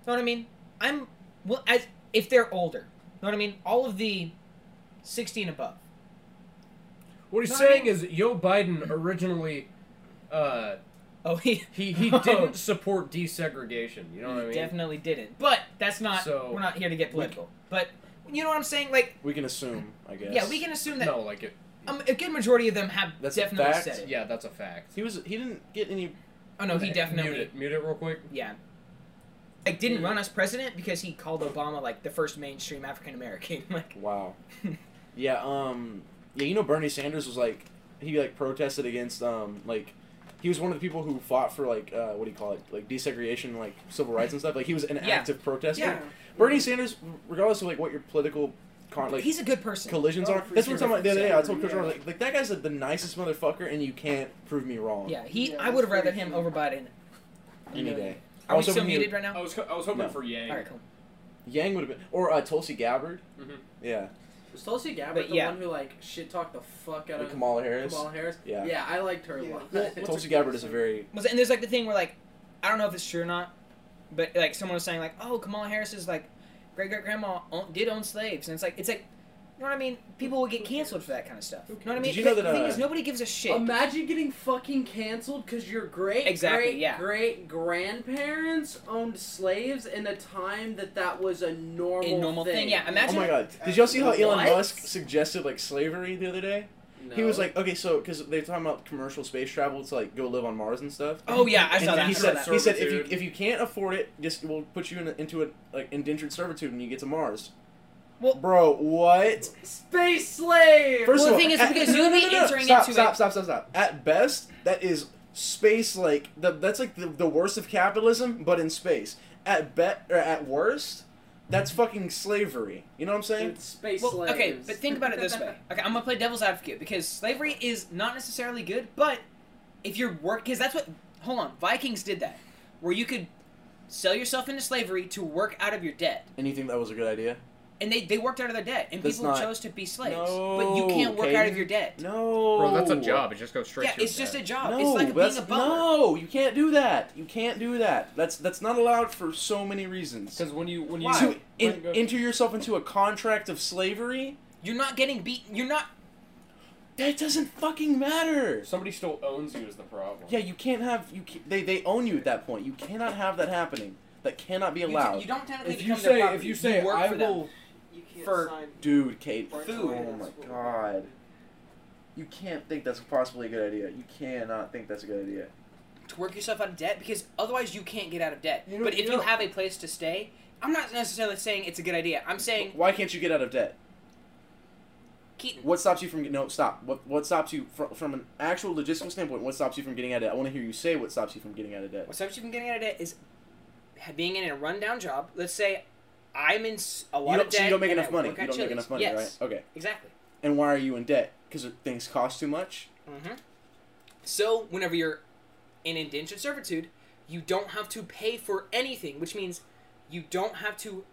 S2: Know what I mean? I'm well as if they're older. Know what I mean? All of the sixty and above.
S3: What he's
S2: No, I
S3: saying
S2: mean-
S3: is Joe Biden originally uh,
S2: Oh, he,
S3: he he
S2: Oh.
S3: didn't support desegregation. You know what I mean?
S2: definitely didn't. But that's not.
S3: So-
S2: we're not here to get political. But you know what I'm saying? Like,
S1: we can assume, I guess.
S2: yeah, we can assume that
S3: No, like it.
S2: um, a good majority of them have
S1: That's a
S2: definitely
S1: fact.
S2: said it.
S3: Yeah, that's a fact.
S1: He was. He didn't get any.
S2: Oh no, he
S3: Mute
S2: definitely.
S3: it. Mute it real quick.
S2: Yeah. Like didn't run as president because he called Obama like the first mainstream African American. Like
S1: Wow. yeah. Um. Yeah. You know, Bernie Sanders was like he like protested against um like he was one of the people who fought for like uh what do you call it like desegregation like civil rights and stuff. Like he was an
S2: Yeah.
S1: active protester.
S2: Yeah.
S1: Bernie Sanders, regardless of like what your political con- like
S2: he's a good person.
S1: collisions
S5: Oh,
S1: are.
S5: for
S1: That's what I'm
S5: sure.
S1: talking about the other day. I told
S5: Yeah.
S1: Coach Arnold, like, like that guy's the nicest motherfucker, and you can't prove me wrong.
S2: Yeah, he.
S5: Yeah,
S2: I would have
S5: that's
S2: rather
S5: pretty
S2: him
S5: true.
S2: over Biden.
S1: Any day. I
S2: Are we
S1: was
S2: still
S1: hoping he-
S2: muted right now?
S7: I was I was hoping
S1: No.
S7: for Yang.
S2: All right, cool.
S1: Yang would have been, or uh, Tulsi Gabbard.
S2: Mm-hmm.
S7: Mhm.
S1: Yeah.
S4: Was Tulsi Gabbard
S2: But
S4: the
S2: yeah.
S4: one who like shit talked the fuck out
S1: Like
S4: of
S1: Kamala Harris.
S4: Kamala Harris?
S1: Yeah.
S4: Yeah, I liked her a
S5: Yeah.
S4: lot.
S5: Well, what's
S1: Tulsi Gabbard is a very
S2: Was and there's like the thing where like, I don't know if it's true or not, but like someone was saying like, oh, Kamala Harris is like, great great grandma own, did own slaves, and it's like it's like, you know what I mean? People would get canceled for that kind of stuff. You know what I mean?
S1: Did you know
S2: the
S1: that,
S2: thing
S1: uh,
S2: is, nobody gives a shit.
S4: Imagine getting fucking canceled because your great
S2: Exactly,
S4: great
S2: yeah.
S4: great grandparents owned slaves in a time that that was a normal,
S2: A normal thing, yeah, imagine-
S1: Oh my god! Did y'all see how Elon
S4: What?
S1: Musk suggested like slavery the other day?
S4: Oh
S1: He was like, okay, so because they're talking about commercial space travel to like go live on Mars and stuff.
S2: oh yeah, I
S1: and
S2: saw that.
S1: He
S2: I saw
S1: said,
S2: that.
S1: he said, if you
S7: Servitude.
S1: if you can't afford it, just we'll put you in a, into a like indentured servitude and you get to Mars.
S2: Well-
S1: bro, what?
S4: space slave.
S1: First
S2: the
S1: of all,
S2: thing is,
S1: at-
S2: because
S1: no, no,
S2: you'll
S1: no,
S2: be
S1: no, no.
S2: entering
S1: stop,
S2: into
S1: stop,
S2: it-
S1: stop, stop, stop. At best, that is space. Like the, that's like the, the worst of capitalism, but in space. At bet or at worst, That's fucking slavery. You know what I'm saying?
S4: It's space
S2: Well,
S4: slaves.
S2: okay, but think about it this way. Okay, I'm gonna play devil's advocate because slavery is not necessarily good, but if you're work, because that's what. Hold on, Vikings did that, where you could sell yourself into slavery to work out of your debt,
S1: And you think that was a good idea?
S2: and they they worked out of their debt, and
S1: That's
S2: people
S1: not-
S2: chose to be slaves.
S1: No,
S2: but you can't work out of your debt.
S1: No,
S7: Bro, that's a job. It just goes straight
S2: Yeah,
S7: to
S2: it's just a
S7: death.
S2: job.
S1: No,
S2: it's like
S1: that's,
S2: being a butler.
S1: no, you can't do that. You can't do that. That's that's not allowed for so many reasons.
S3: Because when you when you
S1: To
S3: when
S1: in,
S3: you go-
S1: enter yourself into a contract of slavery,
S2: You're not getting beaten. You're not.
S1: that doesn't fucking matter.
S3: somebody still owns you is the problem.
S1: Yeah, you can't have you. ca they they own you at that point. You cannot have that happening. That cannot be
S2: You,
S1: allowed.
S2: you don't technically
S3: If
S2: become
S3: you
S2: their
S3: say if
S2: property.
S3: you say
S2: work
S3: I
S2: for them.
S3: will
S5: You can't
S2: For-
S5: sign
S1: Dude, Kate,
S5: rights
S2: food.
S5: away,
S1: Oh my
S5: that's what-
S1: god. You can't think that's possibly a good idea. You cannot think that's a good idea.
S2: to work yourself out of debt because otherwise you can't get out of debt.
S1: You know-
S2: but if
S1: you
S2: you,
S1: know-
S2: have a place to stay, I'm not necessarily saying it's a good idea. I'm saying
S1: Why can't you get out of debt?
S2: Keaton.
S1: What stops you from no stop? What what stops you from from an actual logistical standpoint? What stops you from getting out of debt? I want to hear you say what stops you from getting out of debt.
S2: What stops you from getting out of debt is ha- being in a rundown job. Let's say I'm in s- a lot
S1: You
S2: of
S1: don't,
S2: debt.
S1: so you don't make
S2: and I
S1: enough money.
S2: work
S1: You
S2: at
S1: don't make
S2: Chili's.
S1: enough money,
S2: yes,
S1: right? Okay.
S2: Exactly.
S1: And why are you in debt? Because things cost too much.
S2: hmm So whenever you're in indentured servitude, you don't have to pay for anything, which means you don't have to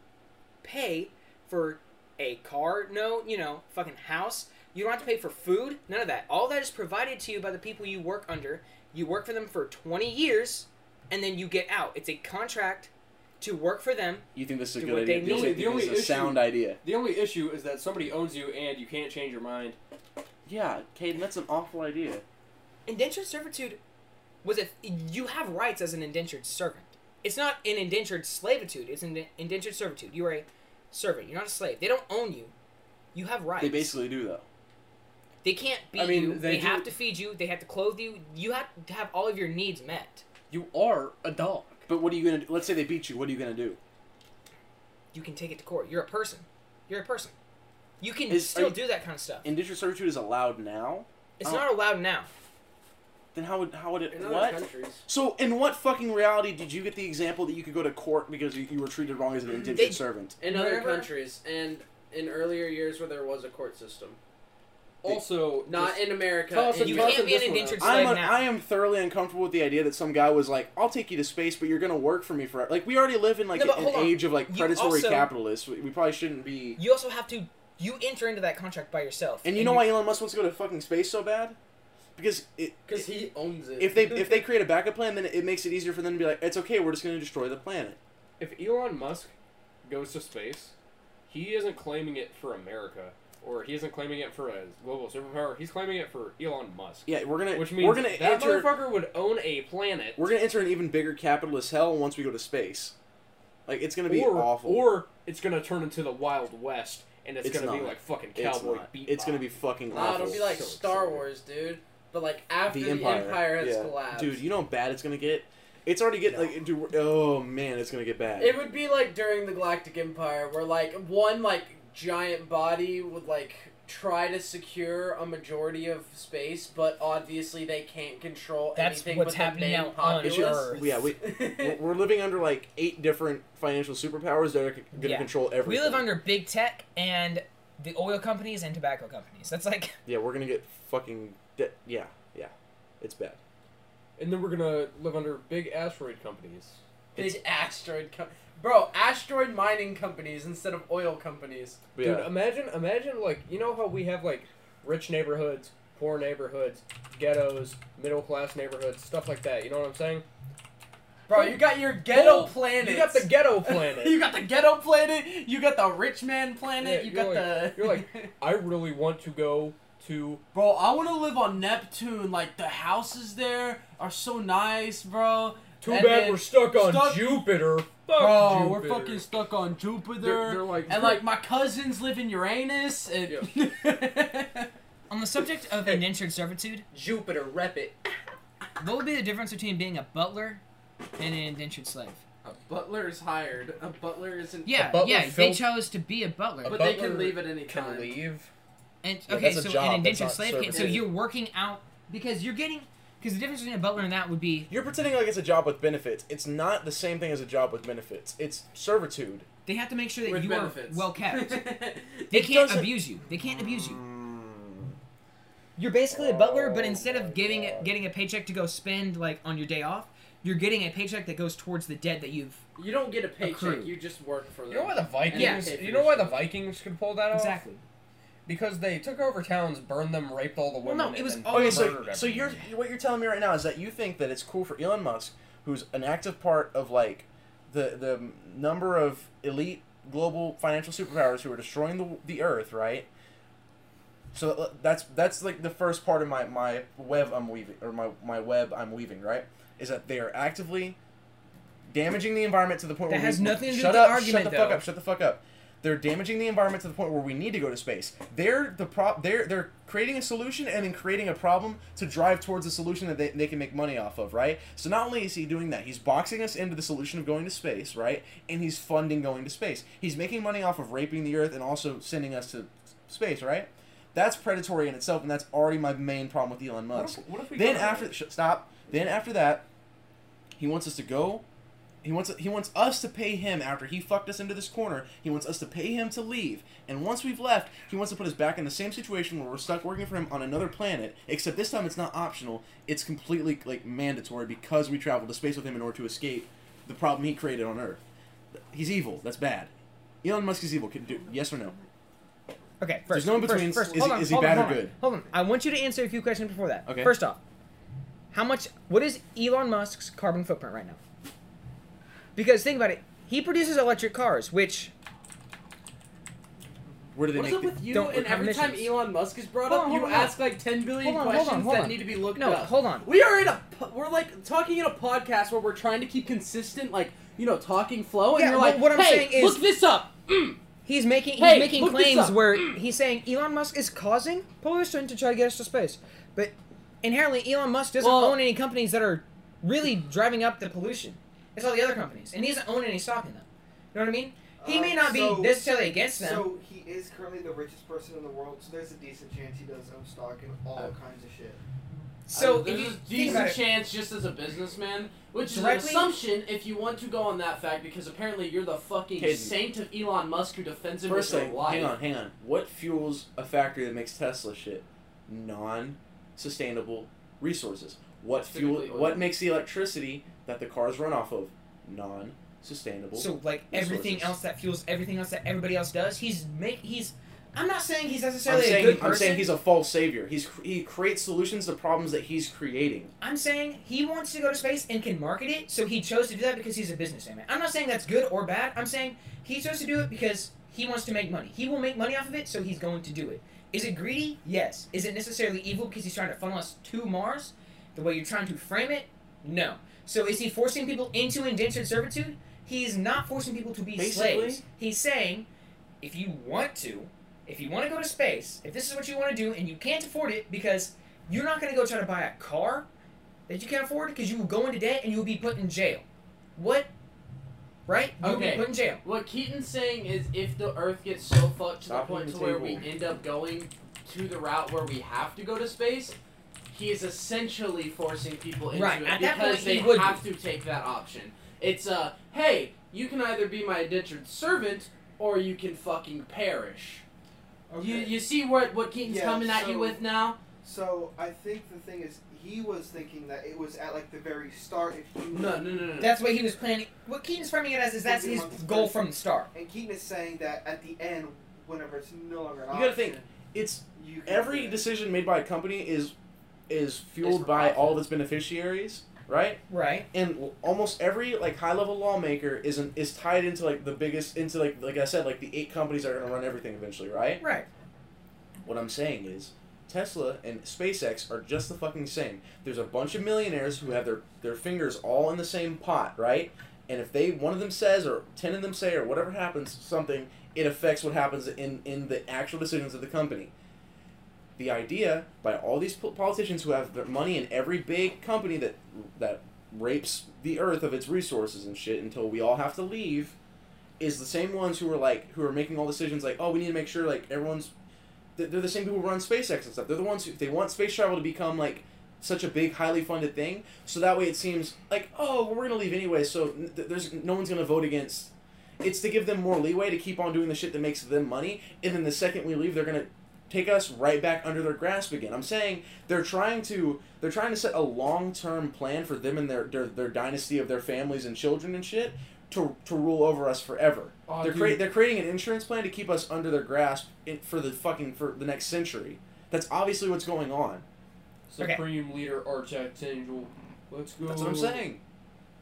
S2: pay for a car, no, you know, fucking house. You don't have to pay for food, none of that. All that is provided to you by the people you work under. You work for them for 20 years, and then you get out. It's a contract to work for them.
S1: You think this is a
S2: Dude,
S1: good
S2: what
S1: idea?
S2: they
S1: You
S2: need-
S1: say
S3: the
S1: this
S3: only
S1: is a
S3: issue-
S1: sound idea.
S3: The only issue is that somebody owns you and you can't change your mind.
S1: Yeah, Caden, that's an awful idea.
S2: Indentured servitude was a. You have rights as an indentured servant. It's not an indentured slavitude. It's an indentured servitude. You are a servant. You're not a slave. They don't own you. You have rights.
S1: They basically do though.
S2: They can't beat
S3: I mean,
S2: you.
S3: they
S2: They,
S3: do-
S2: have to feed you. They have to clothe you. You have to have all of your needs met.
S6: You are a dog.
S1: But what are you gonna? do? Let's say they beat you. What are you gonna do?
S2: You can take it to court. You're a person. You're a person. You can
S1: Is- are
S2: still
S1: you-
S2: do that kind of stuff.
S1: Indentured servitude is allowed now.
S2: It's
S1: oh.
S2: not allowed now.
S1: Then how would how would it?
S4: in other
S1: what?
S4: countries.
S1: So, in what fucking reality did you get the example that you could go to court because you, you were treated wrong as an indentured
S2: They-
S1: servant?
S4: In other
S2: Remember-
S4: countries, and in earlier years where there was a court system,
S3: Also,
S4: not
S3: just-
S4: in America.
S3: Tell us
S4: and
S3: a-
S2: You
S3: toss
S2: can't be an
S3: this one
S2: indentured
S3: out.
S2: slave
S1: I'm un-
S2: now.
S1: I am thoroughly uncomfortable with the idea that some guy was like, "I'll take you to space, but you're gonna work for me forever." Like we already live in like
S2: No, but
S1: an
S2: hold on.
S1: age of like
S2: You
S1: predatory
S2: also-
S1: capitalists. We, we probably shouldn't be.
S2: You also have to. You enter into that contract by yourself.
S1: And you know why Elon Musk wants to go to fucking space so bad? Because it,
S4: because he owns it.
S1: if they if they create a backup plan, then it makes it easier for them to be like, "It's okay, we're just gonna destroy the planet."
S3: if Elon Musk goes to space, he isn't claiming it for America or he isn't claiming it for a global superpower. He's claiming it for Elon Musk,
S1: Yeah, we're gonna
S3: which means
S1: we're gonna
S3: that
S1: enter
S3: motherfucker would own a planet.
S1: we're gonna enter an even bigger capitalist hell once we go to space. Like it's gonna be
S3: or,
S1: awful.
S3: or it's gonna turn into the Wild West, and it's,
S1: It's
S3: gonna be
S1: not.
S3: like fucking
S1: It's
S3: cowboy
S1: not.
S3: beat.
S1: It's gonna be fucking
S4: Nah,
S1: awful.
S4: it'll be like
S3: Oh, So
S4: Star
S3: excited.
S4: Wars, dude. But like after the Empire, has
S1: yeah.
S4: collapsed,
S1: Dude, you know how bad it's gonna get. It's already get like dude, we're- oh man, it's gonna get bad.
S4: It would be like during the Galactic Empire, where like one like giant body would like try to secure a majority of space, but obviously they can't control
S2: That's
S4: anything.
S2: what's
S4: but the
S2: happening
S4: main
S2: now on
S1: It's just-
S4: populace.
S2: Earth.
S1: yeah, we we're- we're living under like eight different financial superpowers that are c- gonna
S2: Yeah.
S1: control
S2: We
S1: everything.
S2: live under big tech and the oil companies and tobacco companies. That's like
S1: Yeah, we're gonna get fucking de- yeah, yeah. It's bad.
S3: and then we're gonna live under big asteroid companies.
S4: Big asteroid, co- bro. Asteroid mining companies instead of oil companies.
S1: But yeah.
S2: um,
S3: Dude, imagine, imagine like you know how we have like rich neighborhoods, poor neighborhoods, ghettos, middle class neighborhoods, stuff like that. You know what I'm saying?
S4: Bro, you got your
S3: Oh,
S4: ghetto planet.
S3: You got the ghetto planet.
S4: you got the ghetto planet. You got the rich man planet.
S3: Yeah,
S4: you got
S3: you're
S4: the.
S3: you're like- I really want to go to.
S4: Bro, I want to live on Neptune. Like the houses there are so nice, bro.
S3: Too
S4: And
S3: bad
S4: then-
S3: we're stuck on
S4: stuck-
S3: Jupiter. Fuck
S4: Bro,
S3: Jupiter.
S4: we're fucking stuck on Jupiter.
S3: They're, they're like
S4: and like my cousins live in Uranus and
S2: on the subject of indentured servitude.
S6: Jupiter, rep it.
S2: What would be the difference between being a butler and an indentured slave?
S4: a butler is hired. A butler isn't.
S2: Yeah,
S7: butler
S2: yeah, they
S7: filled-
S2: chose to be a butler.
S4: but
S7: a
S4: they
S7: butler
S4: can leave at any
S6: Can
S4: time.
S6: leave.
S2: and
S1: Yeah,
S2: okay,
S1: that's a
S2: so
S1: job,
S2: an
S1: that's
S2: indentured
S1: not
S2: slave can't. So
S1: servitude.
S2: you're working out because you're getting because the difference between a butler and that would be
S1: You're pretending like it's a job with benefits. It's not the same thing as a job with benefits. It's servitude.
S2: They have to make sure that
S3: With
S2: you
S3: benefits.
S2: are well kept. They
S1: It
S2: can't
S1: doesn't-
S2: abuse you. They can't abuse you. You're basically a butler, but instead of giving a, getting a paycheck to go spend like on your day off, you're getting a paycheck that goes towards the debt that you've
S4: You don't get a paycheck.
S2: Accrue.
S4: You just work for them.
S3: You know why the Vikings?
S2: Yeah.
S3: You know why the Vikings could pull that off?
S2: exactly.
S3: Because they took over towns, burned them, raped all the
S2: Well,
S3: women.
S2: no, it was
S3: and then
S2: all-
S1: Okay,
S2: Okay,
S1: Oh, so,
S3: murdered
S1: so you're
S3: everyone.
S1: what you're telling me right now is that you think that it's cool for Elon Musk, who's an active part of like the the number of elite global financial superpowers who are destroying the, the earth, right? So uh, that's that's like the first part of my, my web I'm weaving or my, my web I'm weaving, right? Is that they are actively damaging the environment to the point
S2: That
S1: where
S2: has
S1: we,
S2: nothing to do
S1: shut
S2: with the
S1: up, Shut
S2: argument,
S1: the fuck
S2: though.
S1: up! Shut the fuck up! They're damaging the environment to the point where we need to go to space. They're the prop. They're they're creating a solution and then creating a problem to drive towards a solution that they, they can make money off of, right? So not only is he doing that, he's boxing us into the solution of going to space, right? And he's funding going to space. He's making money off of raping the Earth and also sending us to space, right? That's predatory in itself, and that's already my main problem with Elon
S3: What
S1: Musk.
S3: if, what if we
S1: Then
S3: got-
S1: after sh- stop. Then after that, he wants us to go. He wants he wants us to pay him after he fucked us into this corner. He wants us to pay him to leave. And once we've left, he wants to put us back in the same situation where we're stuck working for him on another planet. Except this time, it's not optional. It's completely like mandatory because we traveled to space with him in order to escape the problem he created on Earth. He's evil. That's bad. Elon Musk is evil. Can do yes or no?
S2: Okay, first.
S1: There's no in-between.
S2: First, first,
S1: Is
S2: hold
S1: he-
S2: on,
S1: is he
S2: hold
S1: bad
S2: on,
S1: or
S2: hold on,
S1: good?
S2: Hold on. I want you to answer a few questions before that.
S1: Okay.
S2: First off, how much? What is Elon Musk's carbon footprint right now? Because think about it. He produces electric cars, which
S1: Where do they
S4: What is
S1: make
S4: up with you?
S2: don't
S4: And every
S2: have
S4: time
S2: emissions.
S4: Elon Musk is brought
S2: Hold
S4: up,
S2: on,
S4: you
S2: hold on.
S4: ask like ten billion
S2: Hold on, hold
S4: questions
S2: on, hold
S4: that
S2: on.
S4: need to be looked
S2: no,
S4: up.
S2: hold on.
S4: We are in a. po- We're like talking in a podcast where we're trying to keep consistent, like you know, talking flow, and
S2: Yeah,
S4: you're
S2: well,
S4: like,
S2: what I'm
S4: "Hey,
S2: saying is-
S4: look this up."
S2: He's making he's
S4: Hey,
S2: making
S4: look this
S2: claims
S4: up.
S2: where he's saying Elon Musk is causing pollution to try to get us to space, but inherently Elon Musk doesn't
S4: Well-
S2: own any companies that are really driving up the pollution. It's all the other companies, and he doesn't own any stock in them. You know what I mean? He may
S4: Uh,
S5: Um,
S2: not be
S5: so-
S2: necessarily against them.
S5: So he is currently the richest person in the world, so there's a decent chance he does own stock in all kinds of shit.
S2: So
S4: Uh,
S2: if
S4: there's
S2: you
S4: a
S2: think about
S4: decent
S2: it,
S4: chance, just as a businessman, which is
S2: Directly-
S4: an assumption if you want to go on that fact, because apparently you're the fucking
S1: Caden.
S4: saint of Elon Musk who defends him
S1: First
S4: with
S1: thing,
S4: your life.
S1: hang on, hang on. What fuels a factory that makes Tesla shit? Non-sustainable resources. What fuel?
S4: Specifically oil.
S1: What makes the electricity that the cars run off of? Non-sustainable.
S2: so like everything
S1: Resources.
S2: else that fuels everything else that everybody else does, he's make he's. I'm not saying he's
S1: I'm
S2: necessarily
S1: saying,
S2: a good person.
S1: I'm saying he's a false savior. He's cr- he creates solutions to problems that he's creating.
S2: I'm saying he wants to go to space and can market it, so he chose to do that because he's a businessman. I'm not saying that's good or bad. I'm saying he chose to do it because he wants to make money. He will make money off of it, so he's going to do it. Is it greedy? Yes. Is it necessarily evil because he's trying to funnel us to Mars? The way you're trying to frame it? No. So is he forcing people into indentured servitude? He's not forcing people to be
S1: Basically-
S2: slaves. He's saying if you want to, if you want to go to space, if this is what you want to do and you can't afford it because you're not going to go try to buy a car that you can't afford because you will go into debt and you will be put in jail. What? Right? You'll
S4: Okay.
S2: be put in jail.
S4: What Keaton's saying is if the Earth gets so fucked to
S1: Stop
S4: the point
S1: hitting
S4: to
S1: the
S4: where we
S1: table.
S4: end up going to the route where we have to go to space, he is essentially forcing people into
S2: Right,
S4: it
S2: at that
S4: because
S2: point,
S4: they
S2: he would
S4: have to take that option. It's uh, hey, you can either be my indentured servant or you can fucking perish. You, you see what what Keaton's
S5: Yeah,
S4: coming at you
S5: so-
S4: with now?
S5: So I think the thing is, he was thinking that it was at like the very start. If you
S4: No, no, no, no.
S2: That's what he was planning. What Keaton's framing it as is that's his goal from the start.
S5: and Keaton is saying that at the end, whenever it's no longer an
S1: You gotta
S5: option,
S1: think. It's
S5: You can
S1: every
S5: do it.
S1: decision made by a company is is
S4: It's
S1: fueled
S4: for
S1: by
S4: profit.
S1: all of its beneficiaries, right?
S2: Right.
S1: and l- almost every like high level lawmaker is an, is tied into like the biggest into like like I said like the eight companies that are going to run everything eventually, right?
S2: Right.
S1: What I'm saying is Tesla and SpaceX are just the fucking same. There's a bunch of millionaires who have their their fingers all in the same pot, right? And if they one of them says or 10 of them say or whatever happens something, it affects what happens in in the actual decisions of the company. The idea by all these po- politicians who have their money in every big company that that rapes the earth of its resources and shit until we all have to leave is the same ones who are like who are making all decisions like oh we need to make sure like everyone's they're they're the same people who run SpaceX and stuff they're the ones who if they want space travel to become like such a big highly funded thing so that way it seems like oh we're gonna leave anyway so n- th- there's no one's gonna vote against It's to give them more leeway to keep on doing the shit that makes them money, and then the second we leave, they're gonna take us right back under their grasp again. I'm saying they're trying to they're trying to set a long term plan for them and their, their their dynasty of their families and children and shit to to rule over us forever.
S3: Aw,
S1: they're
S3: dude.
S1: crea- they're creating an insurance plan to keep us under their grasp in, for the fucking for the next century. That's obviously what's going on.
S2: Okay.
S3: Supreme Leader Archangel. Let's go.
S1: That's what I'm saying.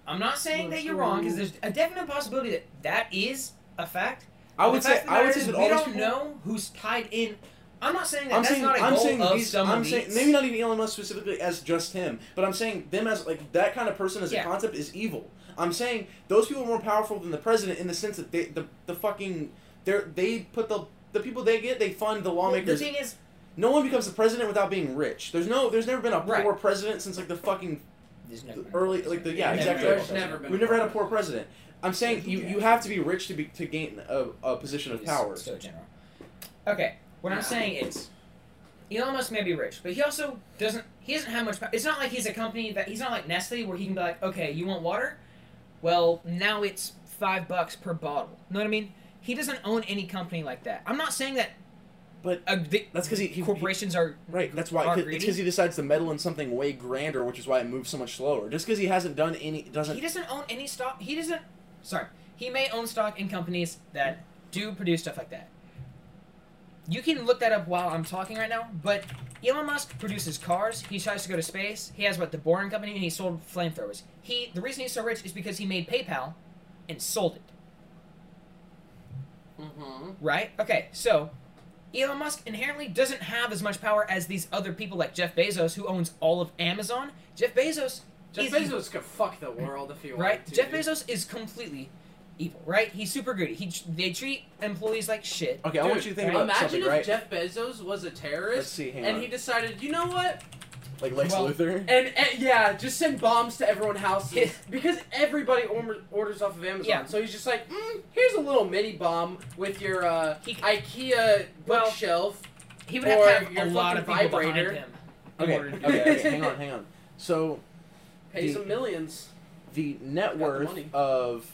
S2: I'm not saying that
S3: Let's
S2: you're wrong because
S3: go.
S2: there's a definite possibility that that is a fact.
S1: I
S2: But
S1: would
S2: the
S1: say
S2: fact of the
S1: I would
S2: matter
S1: say
S2: is
S1: that
S2: we
S1: all these
S2: don't
S1: people-
S2: know who's tied in. I'm not saying that
S1: I'm
S2: that's
S1: saying
S2: not a
S1: I'm
S2: goal
S1: saying
S2: of
S1: these,
S2: some
S1: I'm
S2: elites.
S1: saying maybe not even Elon Musk specifically as just him, but I'm saying them as like that kind of person as
S2: Yeah.
S1: a concept is evil. I'm saying those people are more powerful than the president in the sense that they the, the fucking they are they put the the people they get they fund the
S2: Well, the
S1: lawmakers.
S2: thing is,
S1: no one becomes the president without being rich. There's no there's never been a
S2: Right.
S1: poor president since like the fucking
S2: there's
S1: the
S2: never
S1: early like the yeah
S3: Never.
S1: exactly.
S3: There's
S6: never been
S1: We've never had a poor president. I'm saying you, you have to be rich to be to gain a, a position of
S2: It's
S1: power.
S2: So general. Okay, what
S6: Yeah.
S2: I'm saying is, Elon Musk may be rich, but he also doesn't. He doesn't have much. power. It's not like he's a company that he's not like Nestle, where he can be like, okay, you want water? Well, now it's five bucks per bottle. Know what I mean? He doesn't own any company like that. I'm not saying that.
S1: But
S2: uh, the,
S1: That's because he, he he-
S2: corporations are
S1: Right, that's why
S2: are
S1: cause, it's
S2: greedy.
S1: because he decides to meddle in something way grander, which is why it moves so much slower. Just because he hasn't done any doesn't.
S2: He doesn't own any stock. He doesn't. Sorry, he may own stock in companies that do produce stuff like that. You can look that up while I'm talking right now. But Elon Musk produces cars. He tries to go to space. He has what the Boring Company, and he sold flamethrowers. He the reason he's so rich is because he made PayPal, and sold it.
S6: Mm-hmm.
S2: Right? Okay, so Elon Musk inherently doesn't have as much power as these other people like Jeff Bezos, who owns all of Amazon. Jeff Bezos
S4: Jeff
S2: is
S4: Bezos could fuck the world if he wanted
S2: right?
S4: to.
S2: Jeff
S4: dude.
S2: Bezos is completely evil, right? He's super greedy. He they treat employees like shit.
S1: okay, I want
S4: Dude,
S1: you to think about
S4: Imagine
S1: something,
S4: if
S1: right?
S4: Jeff Bezos was a
S1: Let's
S4: terrorist
S1: see, hang
S4: and
S1: on.
S4: he decided, you know what?
S1: like Lex
S2: well-
S1: Luthor.
S4: And, and- yeah, just send bombs to everyone's
S2: Yeah.
S4: houses because everybody orm- orders off of Amazon.
S2: Yeah.
S4: So he's just like, mm, here's a little mini bomb with your uh,
S2: He-
S4: IKEA
S2: Well,
S4: bookshelf.
S2: He would have to
S4: Or
S2: have a
S4: your
S2: lot of
S4: fucking
S2: people
S4: vibrator.
S2: behind him. in
S1: Okay,
S2: order to do
S1: okay,
S2: that.
S1: okay, hang on, hang on. So
S4: Pay
S1: the-
S4: some millions.
S1: the net
S4: the
S1: worth
S4: money.
S1: of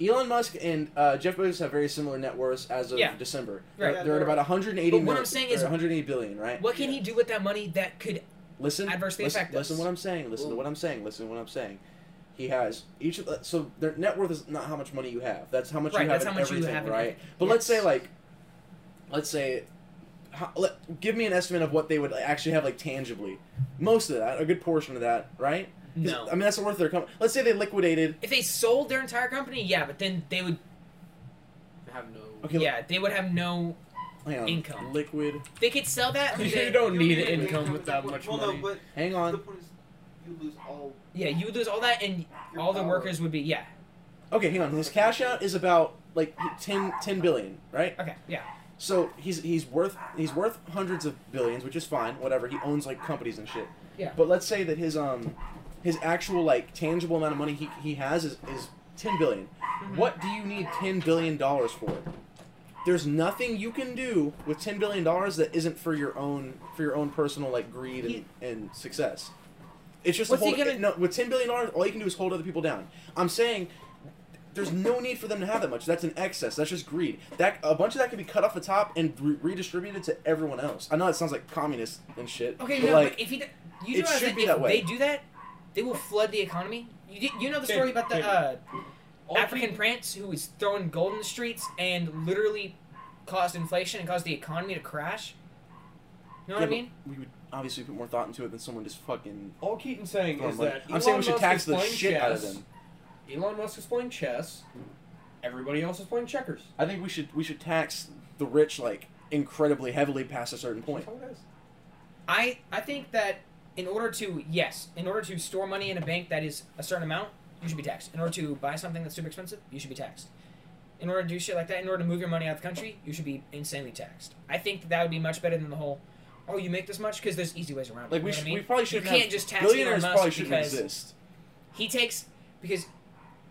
S1: Elon Musk and uh, Jeff Bezos have very similar net worths as of
S2: Yeah.
S1: December.
S2: Right.
S1: They're, they're at about 180
S2: But what
S1: million-
S2: I'm saying is-
S1: or 180 billion, right?
S2: What can he do with that money that could?
S1: listen,
S2: adversely
S1: listen,
S2: affect
S1: listen
S2: us.
S1: what I'm saying. Listen to
S4: Ooh.
S1: what I'm saying. Listen to what I'm saying. He has each of the, so their net worth is not how much money you have. That's how much
S2: Right,
S1: you have
S2: that's
S1: in
S2: how much you
S1: everything,
S2: have in
S1: right?
S2: everything.
S1: But let's say
S2: Yes.
S1: like, let's say, how, let, give me an estimate of what they would actually have like tangibly. Most of that, a good portion of that, right? 'Cause,
S2: No.
S1: I mean that's the worth of their company. Let's say they liquidated.
S2: If they sold their entire company, yeah, but then they would,
S4: I have no.
S1: Okay,
S2: yeah, they would have no.
S1: hang on.
S2: Income.
S1: Liquid.
S2: They could sell that.
S3: You
S2: they-
S3: don't need
S5: Well,
S3: income with that
S5: well,
S3: much
S5: well,
S3: money.
S5: No, but
S1: Hang
S5: the
S1: on.
S5: point is, you lose all
S2: Yeah, you would lose all that, and
S5: your
S2: all the
S5: power.
S2: workers would be yeah.
S1: Okay, hang on. His cash out is about like 10, 10 billion, right?
S2: Okay, yeah,
S1: So he's he's worth he's worth hundreds of billions, which is fine, whatever. He owns like companies and shit.
S2: Yeah.
S1: But let's say that his um his actual like tangible amount of money he, he has is, is ten billion.
S2: Mm-hmm.
S1: What do you need ten billion dollars for? There's nothing you can do with ten billion dollars that isn't for your own for your own personal like greed and, and success. It's just a
S2: What's he
S1: hold,
S2: gonna-
S1: no, with ten billion dollars, all you can do is hold other people down. I'm saying there's no need for them to have that much. That's an excess. That's just greed. That a bunch of that can be cut off the top and re- redistributed to everyone else. I know it sounds like communist and shit.
S2: Okay,
S1: but
S2: no,
S1: like,
S2: but if he, d- you
S1: it
S2: do realize
S1: should
S2: that
S1: be
S2: if
S1: that way.
S2: they do that, they will flood the economy. You di- you know the
S3: Okay,
S2: story about the
S3: okay.
S2: uh,
S3: All
S2: African prince who was throwing gold in the streets and literally caused inflation and caused the economy to crash. You
S1: yeah,
S2: know what I
S1: but
S2: mean?
S1: we would obviously put more thought into it than someone just fucking.
S3: All Keaton's saying
S1: throwing
S3: is
S1: money.
S3: that
S1: I'm saying we
S3: Elon
S1: should
S3: Musk
S1: tax
S3: is
S1: the
S3: playing
S1: shit out of
S3: chess.
S1: them.
S3: Elon Musk is playing chess. Everybody else is playing checkers.
S1: I think we should we should tax the rich like incredibly heavily past a certain point.
S3: That's all it is.
S2: I I think that in order to yes, in order to store money in a bank that is a certain amount, you should be taxed. In order to buy something that's super expensive, you should be taxed. In order to do shit like that, in order to move your money out of the country, you should be insanely taxed. I think that, that would be much better than the whole, oh, you make this much because there's easy ways around. it.
S1: Like
S2: You
S1: we
S2: know what I
S1: should,
S2: mean?
S1: we probably should
S2: you can't just tax Elon
S1: billionaires
S2: Musk
S1: probably shouldn't
S2: because
S1: exist.
S2: he takes because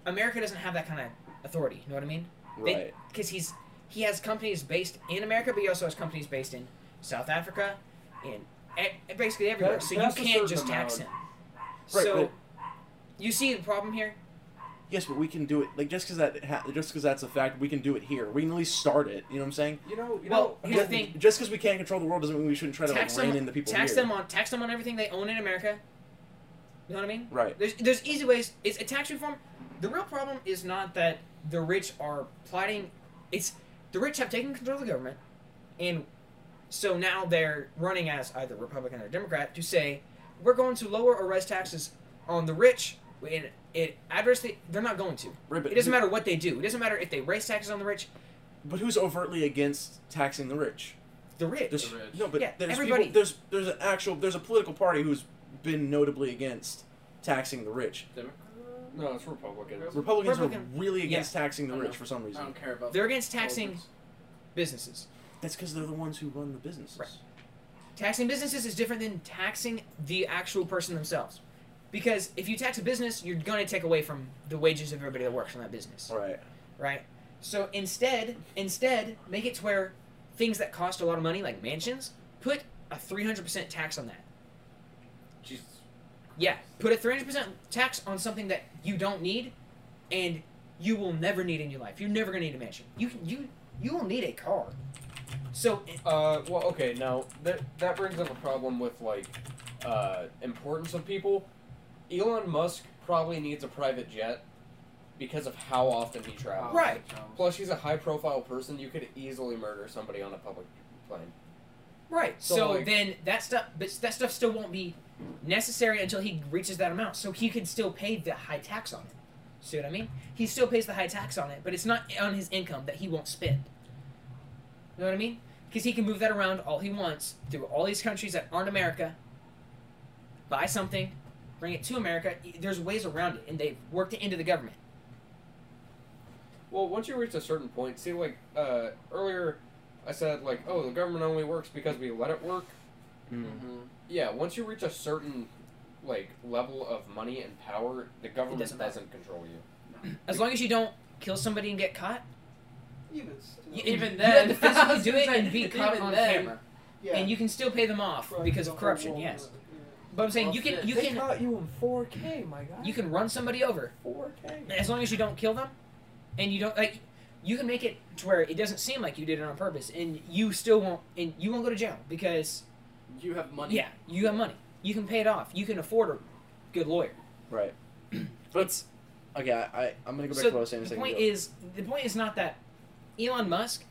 S2: America doesn't have that kind of authority. You know what I mean?
S1: Right.
S2: Because he's he has companies based in America, but he also has companies based in South Africa, in e- basically everywhere.
S3: That-
S2: so you
S3: that's a
S2: can't
S3: certain
S2: just tax him.
S3: amount.
S1: Right,
S2: so
S1: right.
S2: you see the problem here.
S1: yes, but we can do it. Like just because that ha- just because that's a fact, we can do it here. We can at least start it. You know what I'm saying?
S3: You know, you
S2: Well,
S3: know,
S2: here's the
S1: Just-
S2: thing.
S1: Just because we can't control the world doesn't mean we shouldn't try to like,
S2: Tax
S1: rein
S2: them-
S1: in the people.
S2: tax
S1: here.
S2: them on tax them on everything they own in America. You know what I mean?
S1: Right.
S2: There's there's easy ways. It's a tax reform. The real problem is not that the rich are plotting. It's the rich have taken control of the government, and so now they're running as either Republican or Democrat to say we're going to lower or raise taxes on the rich. And it adversely they're not going to.
S1: Right, but
S2: It doesn't matter what they do. It doesn't matter if they raise taxes on the rich.
S1: But who's overtly against taxing the rich?
S2: The rich.
S1: There's,
S3: The rich.
S1: No, but
S2: Yeah,
S1: there's
S2: everybody.
S1: people. There's there's an actual there's a political party who's been notably against taxing the rich.
S3: no, it's Republicans.
S1: Republicans
S2: Republican-
S1: are really against taxing the
S3: I
S1: rich
S3: know. Um,
S1: for some
S4: I
S1: reason.
S4: don't care about.
S2: they're against taxing businesses.
S1: That's because they're the ones who run the businesses.
S2: Right. taxing businesses is different than taxing the actual person themselves. Because if you tax a business, you're going to take away from the wages of everybody that works on that business,
S1: Right.
S2: right? So instead, instead, make it to where things that cost a lot of money, like mansions, put a 300% tax on that.
S4: Jesus.
S2: Yeah, put a 300% tax on something that you don't need and you will never need in your life. You're never going to need a mansion. You you you will need a car. So
S3: Uh, well, okay, now that that brings up a problem with like uh, importance of people. Elon Musk probably needs a private jet because of how often he travels.
S2: Right.
S3: Plus, he's a high-profile person. You could easily murder somebody on a public plane.
S2: Right. So,
S3: So, like-
S2: then that stuff, but that stuff still won't be necessary until he reaches that amount. So he can still pay the high tax on it. See what I mean? He still pays the high tax on it, but it's not on his income that he won't spend. You know what I mean? Because he can move that around all he wants through all these countries that aren't America. Buy something, bring it to America. There's ways around it, and they've worked it into the government.
S3: Well, once you reach a certain point, see, like uh, earlier, I said like, oh, the government only works because we let it work. Hmm.
S4: Mm-hmm.
S3: Yeah, once you reach a certain like level of money and power, the government
S2: doesn't
S3: doesn't,
S2: matter.
S3: control you.
S2: As long as you don't kill somebody and get caught,
S5: Even still.
S2: you,
S4: Even
S2: you
S4: then.
S2: have to physically do it
S4: Even
S2: and be caught
S4: then.
S2: on camera,
S5: yeah.
S2: and you can still pay them off
S5: Right,
S2: because
S5: the
S2: of
S5: whole
S2: corruption.
S5: world,
S2: Yes.
S5: yeah.
S2: But I'm saying you can you can
S6: caught you in 4K, my God.
S2: you can run somebody over
S6: 4K.
S2: as long as you don't kill them, and you don't like you can make it to where it doesn't seem like you did it on purpose, and you still won't and you won't go to jail because
S4: You have money.
S2: yeah you have money you can pay it off you can afford a good lawyer.
S1: Right. But
S2: It's-
S1: okay, I I'm gonna go back
S2: so
S1: to what I was saying a
S2: the
S1: second
S2: point
S1: ago.
S2: is the point is not that Elon Musk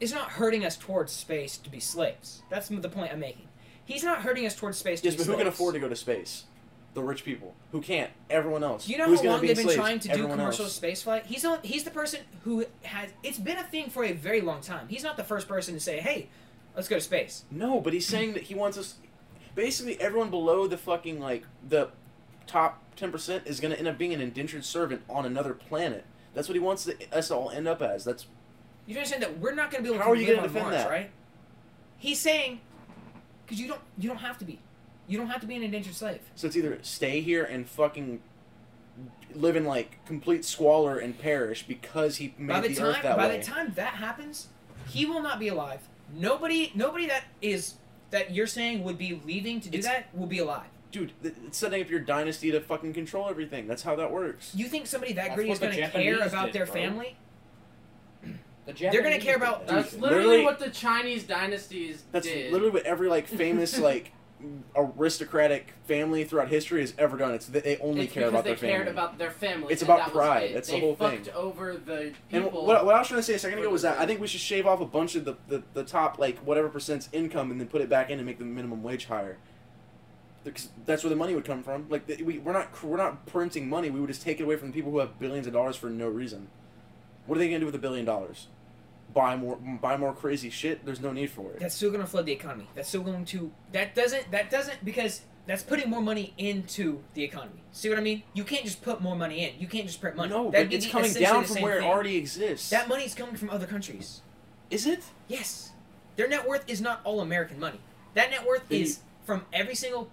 S2: is not hurting us towards space to be slaves. That's the point I'm making. He's not hurting us towards space to
S1: yes,
S2: be
S1: but who
S2: slaves.
S1: can afford to go to space? The rich people. Who can't? Everyone else.
S2: Do you know
S1: Who's
S2: how
S1: gonna
S2: long
S1: be
S2: they've been
S1: enslaved?
S2: trying to do
S1: Everyone
S2: commercial
S1: else.
S2: spaceflight? He's the, he's the person who has. It's been a thing for a very long time. He's not the first person to say, "Hey, let's go to space."
S1: No, but he's saying that he wants us. Basically, everyone below the fucking like the top ten percent is gonna end up being an indentured servant on another planet. That's what he wants to, us to all end up as. That's
S2: You understand that we're not going to be able
S1: How
S2: to
S1: are you
S2: live
S1: gonna
S2: on
S1: defend
S2: Mars,
S1: that?
S2: right? He's saying, "Because you don't, you don't have to be. You don't have to be an indentured slave."
S1: so. It's either stay here and fucking live in like complete squalor and perish because he made
S2: by the, time,
S1: earth that
S2: by
S1: way.
S2: the time that happens, he will not be alive. Nobody, nobody that is that you're saying would be leaving to do
S1: It's-
S2: that will be alive.
S1: Dude, th- it's setting up your dynasty to fucking control everything. That's how that works.
S2: You think somebody that
S3: That's
S2: greedy
S3: what
S2: is
S3: the
S2: going to care
S3: Japanese
S2: about
S3: did,
S2: their
S3: bro.
S2: family?
S3: The
S2: They're gonna
S3: Japanese
S2: care
S3: did
S2: about-
S3: that.
S4: That's
S1: Dude,
S4: literally,
S1: literally-
S4: what the Chinese dynasties
S1: That's
S4: did.
S1: literally what every like famous like aristocratic family throughout history has ever done. It's that they only
S4: It's
S1: care
S4: because
S1: about
S4: they
S1: their family.
S4: cared about their family.
S1: It's
S4: and
S1: about
S4: that was
S1: pride.
S4: it.
S1: That's the
S4: they
S1: whole
S4: fucked
S1: thing.
S4: over the
S1: And
S4: people.
S1: what, what I was trying to say a second ago
S4: Or
S1: was
S4: the
S1: that I
S4: thing.
S1: think we should shave off a bunch of the, the, the top like whatever percent's income and then put it back in and make the minimum wage higher. Because that's where the money would come from. Like the, we, we're not cr- we're not printing money. We would just take it away from the people who have billions of dollars for no reason. What are they gonna do with a billion dollars? Buy more buy more crazy shit. There's no need for it.
S2: That's still going to flood the economy. That's still going to that doesn't that doesn't because that's putting more money into the economy. See what I mean? You can't just put more money in. You can't just print money.
S1: No,
S2: That'd
S1: but it's
S2: be
S1: coming
S2: essentially
S1: down
S2: the
S1: from
S2: same
S1: where it
S2: thing.
S1: already exists.
S2: That money's coming from other countries.
S1: Is it?
S2: Yes, their net worth is not all American money. That net worth
S1: Then you-
S2: is from every single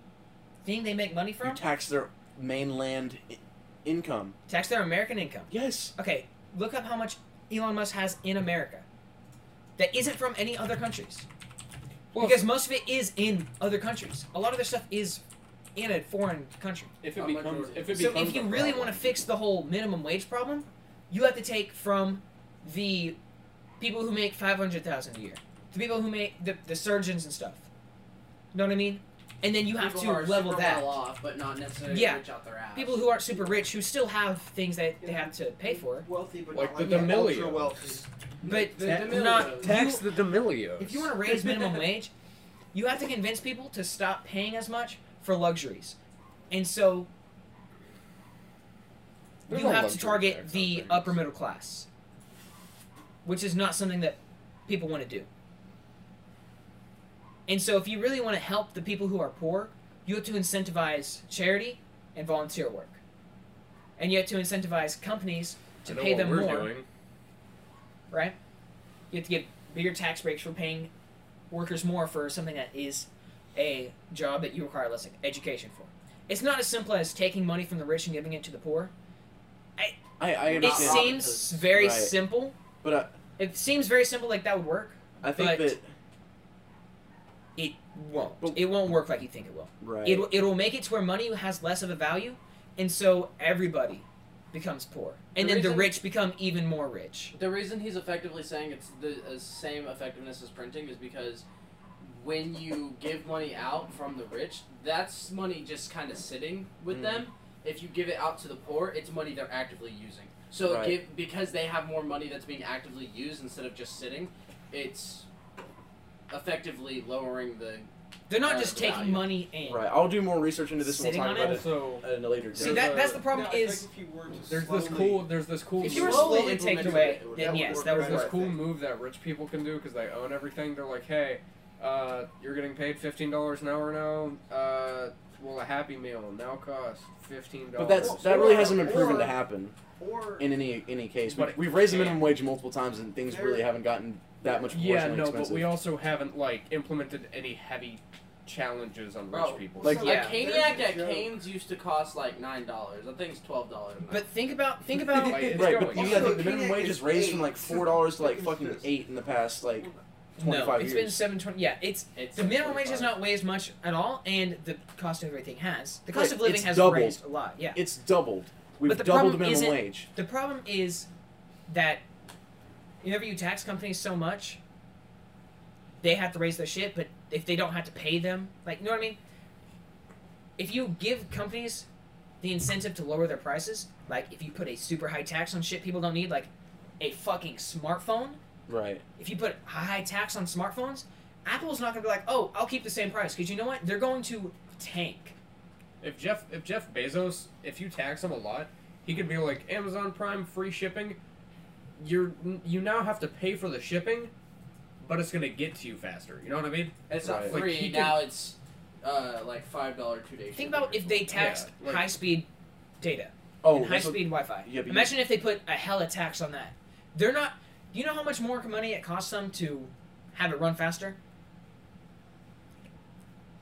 S2: thing they make money
S1: You
S2: from.
S1: tax their mainland I- income.
S2: Tax their American income.
S1: Yes.
S2: Okay, look up how much Elon Musk has in America. That isn't from any other countries.
S3: Well,
S2: because most of it is in other countries. A lot of their stuff is in a foreign country.
S3: If it I'm not becomes, sure. if it
S2: so
S3: becomes
S2: if you really want to fix the whole minimum wage problem, you have to take from the people who make five hundred thousand a year, the people who make the, the surgeons and stuff. Know what I mean? And then you have
S7: People
S2: to
S7: who are
S2: level
S7: super
S2: that.
S7: well off, but not necessarily
S2: Yeah.
S7: rich out their ass.
S2: People who aren't super rich who still have things that they have to pay for,
S5: Wealthy, but
S3: Like
S5: not like
S3: the
S5: the
S3: D'Amelio.
S5: ultra wealthy.
S2: but
S7: The
S2: that-
S7: D'Amelios.
S2: not
S6: Tax
S2: you-
S6: the D'Amelios.
S2: If you want to raise minimum wage, you have to convince people to stop paying as much for luxuries. And so
S6: There's
S2: you
S6: no
S2: have to
S6: luxury
S2: target
S6: tax on
S2: the
S6: things.
S2: upper middle class, which is not something that people want to do. And so if you really want to help the people who are poor, you have to incentivize charity and volunteer work. And you have to incentivize companies to
S3: I know
S2: pay
S3: what
S2: them
S3: we're
S2: more
S3: Doing.
S2: right? You have to get bigger tax breaks for paying workers more for something that is a job that you require less education for. It's not as simple as taking money from the rich and giving it to the poor.
S1: I, I
S7: It
S2: It
S7: not
S1: understand,
S7: wrong.
S2: seems very
S1: Right.
S2: simple.
S1: but I,
S2: It seems very simple, like that would work.
S1: I think
S2: But-
S1: that
S2: It won't.
S1: But-
S2: it won't work like you think it will.
S1: right.
S2: It it will make it to where money has less of a value, and so everybody becomes poor, and
S7: The
S2: then the
S7: reason-
S2: rich become even more rich.
S7: The reason he's effectively saying it's the uh, same effectiveness as printing is because when you give money out from the rich, that's money just kind of sitting with
S1: Mm.
S7: them. If you give it out to the poor, it's money they're actively using. So
S1: Right.
S7: give because they have more money that's being actively used instead of just sitting, it's effectively lowering the
S2: They're not
S7: Uh,
S2: just
S7: the
S2: taking
S7: value.
S2: money in.
S1: right. I'll do more research into this.
S2: Sitting
S1: and
S2: on
S1: we'll talk about
S3: Also,
S1: it at a later
S2: See
S1: date.
S2: that that's the problem
S5: No, it's
S2: is
S5: like if you were to
S3: there's
S5: slowly,
S3: this cool, there's this cool.
S2: If you were
S3: move-
S7: Slowly
S2: slowly and take it
S7: implemented
S2: away,
S7: it, it would-
S2: then
S5: that
S2: yes,
S5: would
S2: that
S5: work
S2: would
S3: There's
S2: work.
S3: this cool move that rich people can do because they own everything. They're like, hey, uh, you're getting paid fifteen dollars an hour now. Uh, well, a Happy Meal now costs fifteen dollars.
S1: But that's
S5: Well,
S1: that really
S5: or-
S1: hasn't been proven to
S5: or-
S1: happen
S5: or
S1: in any any case.
S3: But
S1: We,
S3: it
S1: we've raised the
S3: can.
S1: minimum wage multiple times, and things
S5: There-
S1: really haven't gotten that much.
S3: yeah,
S1: proportionally
S3: no,
S1: expensive.
S3: but we also haven't like implemented any heavy challenges on
S7: Bro,
S3: rich people.
S1: like-
S7: a
S2: Yeah.
S7: Caniac at
S5: There's a joke.
S7: Canes used to cost like nine dollars. That thing's twelve dollars.
S2: But think about think about
S3: Like, it's
S1: right, but
S3: going.
S1: you
S5: Also,
S1: gotta think the minimum
S5: Kodak
S1: wage
S5: is
S1: is raised from
S5: eight.
S1: like four dollars to like
S5: Look at
S1: fucking
S5: this.
S1: eight in the past like twenty
S2: no,
S1: five
S2: it's
S1: years.
S2: been seven twenty. Yeah, it's
S7: it's
S2: the minimum wage
S7: $45.
S2: has not raised much at all, and the cost of everything has. The cost
S1: Right,
S2: of living
S1: it's
S2: has
S1: doubled.
S2: raised a lot. Yeah,
S1: it's doubled. We've
S2: the
S1: doubled the
S2: problem
S1: minimum
S2: isn't-
S1: wage.
S2: the problem is that whenever you tax companies so much, they have to raise their shit. But if they don't have to pay them, like you know what I mean? If you give companies the incentive to lower their prices, like if you put a super high tax on shit people don't need, like a fucking smartphone.
S1: Right.
S2: if you put a high tax on smartphones, Apple's not going to be like, oh, I'll keep the same price because you know what? They're going to tank.
S3: If Jeff if Jeff Bezos, if you tax him a lot, he could be like Amazon Prime free shipping. You're you now have to pay for the shipping, but it's gonna get to you faster. You know what I mean?
S7: It's
S1: Right.
S7: not
S3: Like,
S7: free
S3: he can-
S7: now. It's uh, like five dollar two day.
S2: Think about if they taxed
S3: Yeah, like-
S2: high speed data
S1: Oh,
S2: and high
S1: that's what-
S2: speed Wi Fi.
S1: Yeah, but you-
S2: Imagine if they put a hella tax on that. They're not. You know how much more money it costs them to have it run faster?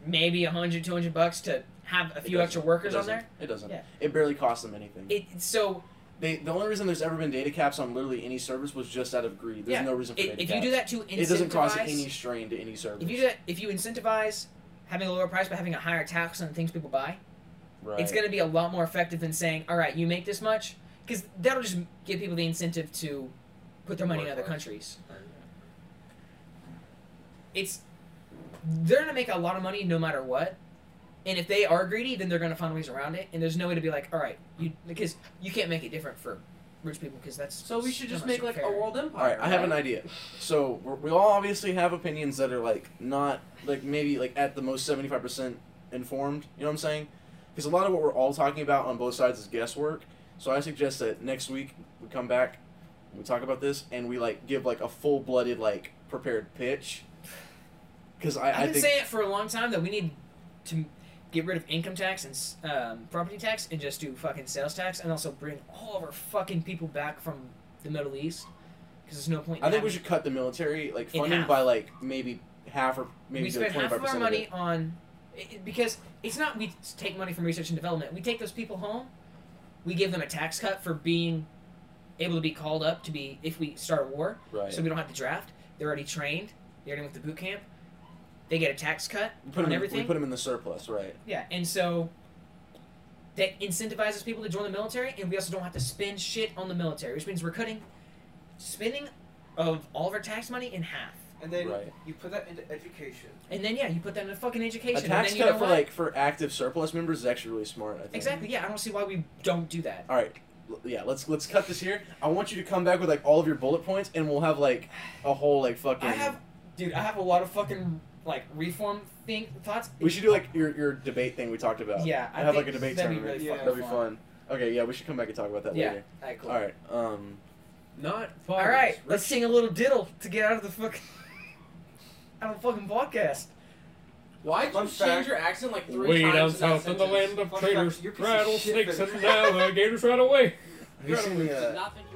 S2: Maybe 100, 200 bucks to have a
S1: it
S2: few
S1: doesn't.
S2: extra workers
S1: It
S2: on there.
S1: doesn't. It doesn't.
S2: Yeah.
S1: It barely costs them anything.
S2: It so
S1: they, the only reason there's ever been data caps on literally any service was just out of greed. There's
S2: Yeah.
S1: no reason for
S2: it,
S1: data
S2: if you
S1: caps.
S2: do that to
S1: it doesn't cause
S2: incentivize-
S1: any strain to any service.
S2: If you do that, if you incentivize having a lower price by having a higher tax on things people buy,
S1: right.
S2: it's going to be a lot more effective than saying, "All right, you make this much," because that'll just give people the incentive to put their money in
S3: Work
S2: other
S3: hard.
S2: countries. It's they're going to make a lot of money no matter what, and if they are greedy, then they're going to find ways around it. And there's no way to be like, "All right, you," because you can't make it different for rich people because that's
S7: So we should
S2: not
S7: just make like
S2: fair.
S7: a world empire.
S1: All right, I have an
S7: right?
S1: idea. So we're, we all obviously have opinions that are like not like maybe like at the most seventy five percent informed. You know what I'm saying? Because a lot of what we're all talking about on both sides is guesswork. So I suggest that next week we come back, we talk about this, and we like give like a full blooded like prepared pitch. Because I, I
S2: I've been
S1: think
S2: saying it for a long time that we need to get rid of income tax and s- um, property tax and just do fucking sales tax and also bring all of our fucking people back from the Middle East because there's no point. in
S1: I think we
S2: having-
S1: should cut the military like
S2: In
S1: funding
S2: half.
S1: by like maybe half or maybe
S2: we spend
S1: twenty
S2: half
S1: five
S2: of our
S1: percent.
S2: money on i- i- because it's not we s- take money from research and development. We take those people home, we give them a tax cut for being able to be called up to be if we start a war,
S1: Right.
S2: so we don't have to draft. They're already trained. They're already with the boot camp. They get a tax cut
S1: We put
S2: on
S1: him in,
S2: everything.
S1: we put him in the surplus, right?
S2: Yeah, and so that incentivizes people to join the military, and we also don't have to spend shit on the military, which means we're cutting spending of all of our tax money in half.
S5: And then
S1: Right.
S5: you put that into education.
S2: And then yeah, you put that in fucking
S1: A
S2: education.
S1: tax
S2: and then you know
S1: cut for
S2: what?
S1: like for active surplus members is actually really smart. I think.
S2: exactly. Yeah, I don't see why we don't do that.
S1: All right. L- Yeah, let's let's cut this here. I want you to come back with like all of your bullet points, and we'll have like a whole like fucking.
S2: I have, dude, I have a lot of fucking like reform thing thoughts.
S1: We should do like your your debate thing we talked about.
S2: Yeah, I
S1: I have like
S2: think
S1: a debate
S2: that'd be
S1: tournament.
S5: really
S1: That'd be
S2: fucking
S1: fun. Okay, yeah, we should come back and talk about that
S2: Yeah.
S1: later.
S2: Alright, cool.
S1: All right. Um.
S3: Not fathers.
S2: All right,
S3: Rich-
S2: let's sing a little diddle to get out of the fucking out of the fucking podcast.
S7: Why did
S5: Fun
S7: you change
S5: fact.
S7: your accent like three
S3: Way
S7: times?
S3: down
S7: in that
S3: south in the
S7: sentence?
S3: land of
S5: Fun fact,
S3: traitors,
S5: you're a piece of shit,
S3: rattlesnakes,
S5: Vince.
S3: and alligators right away.
S1: Have you seen the,
S7: Did
S1: uh,
S7: not think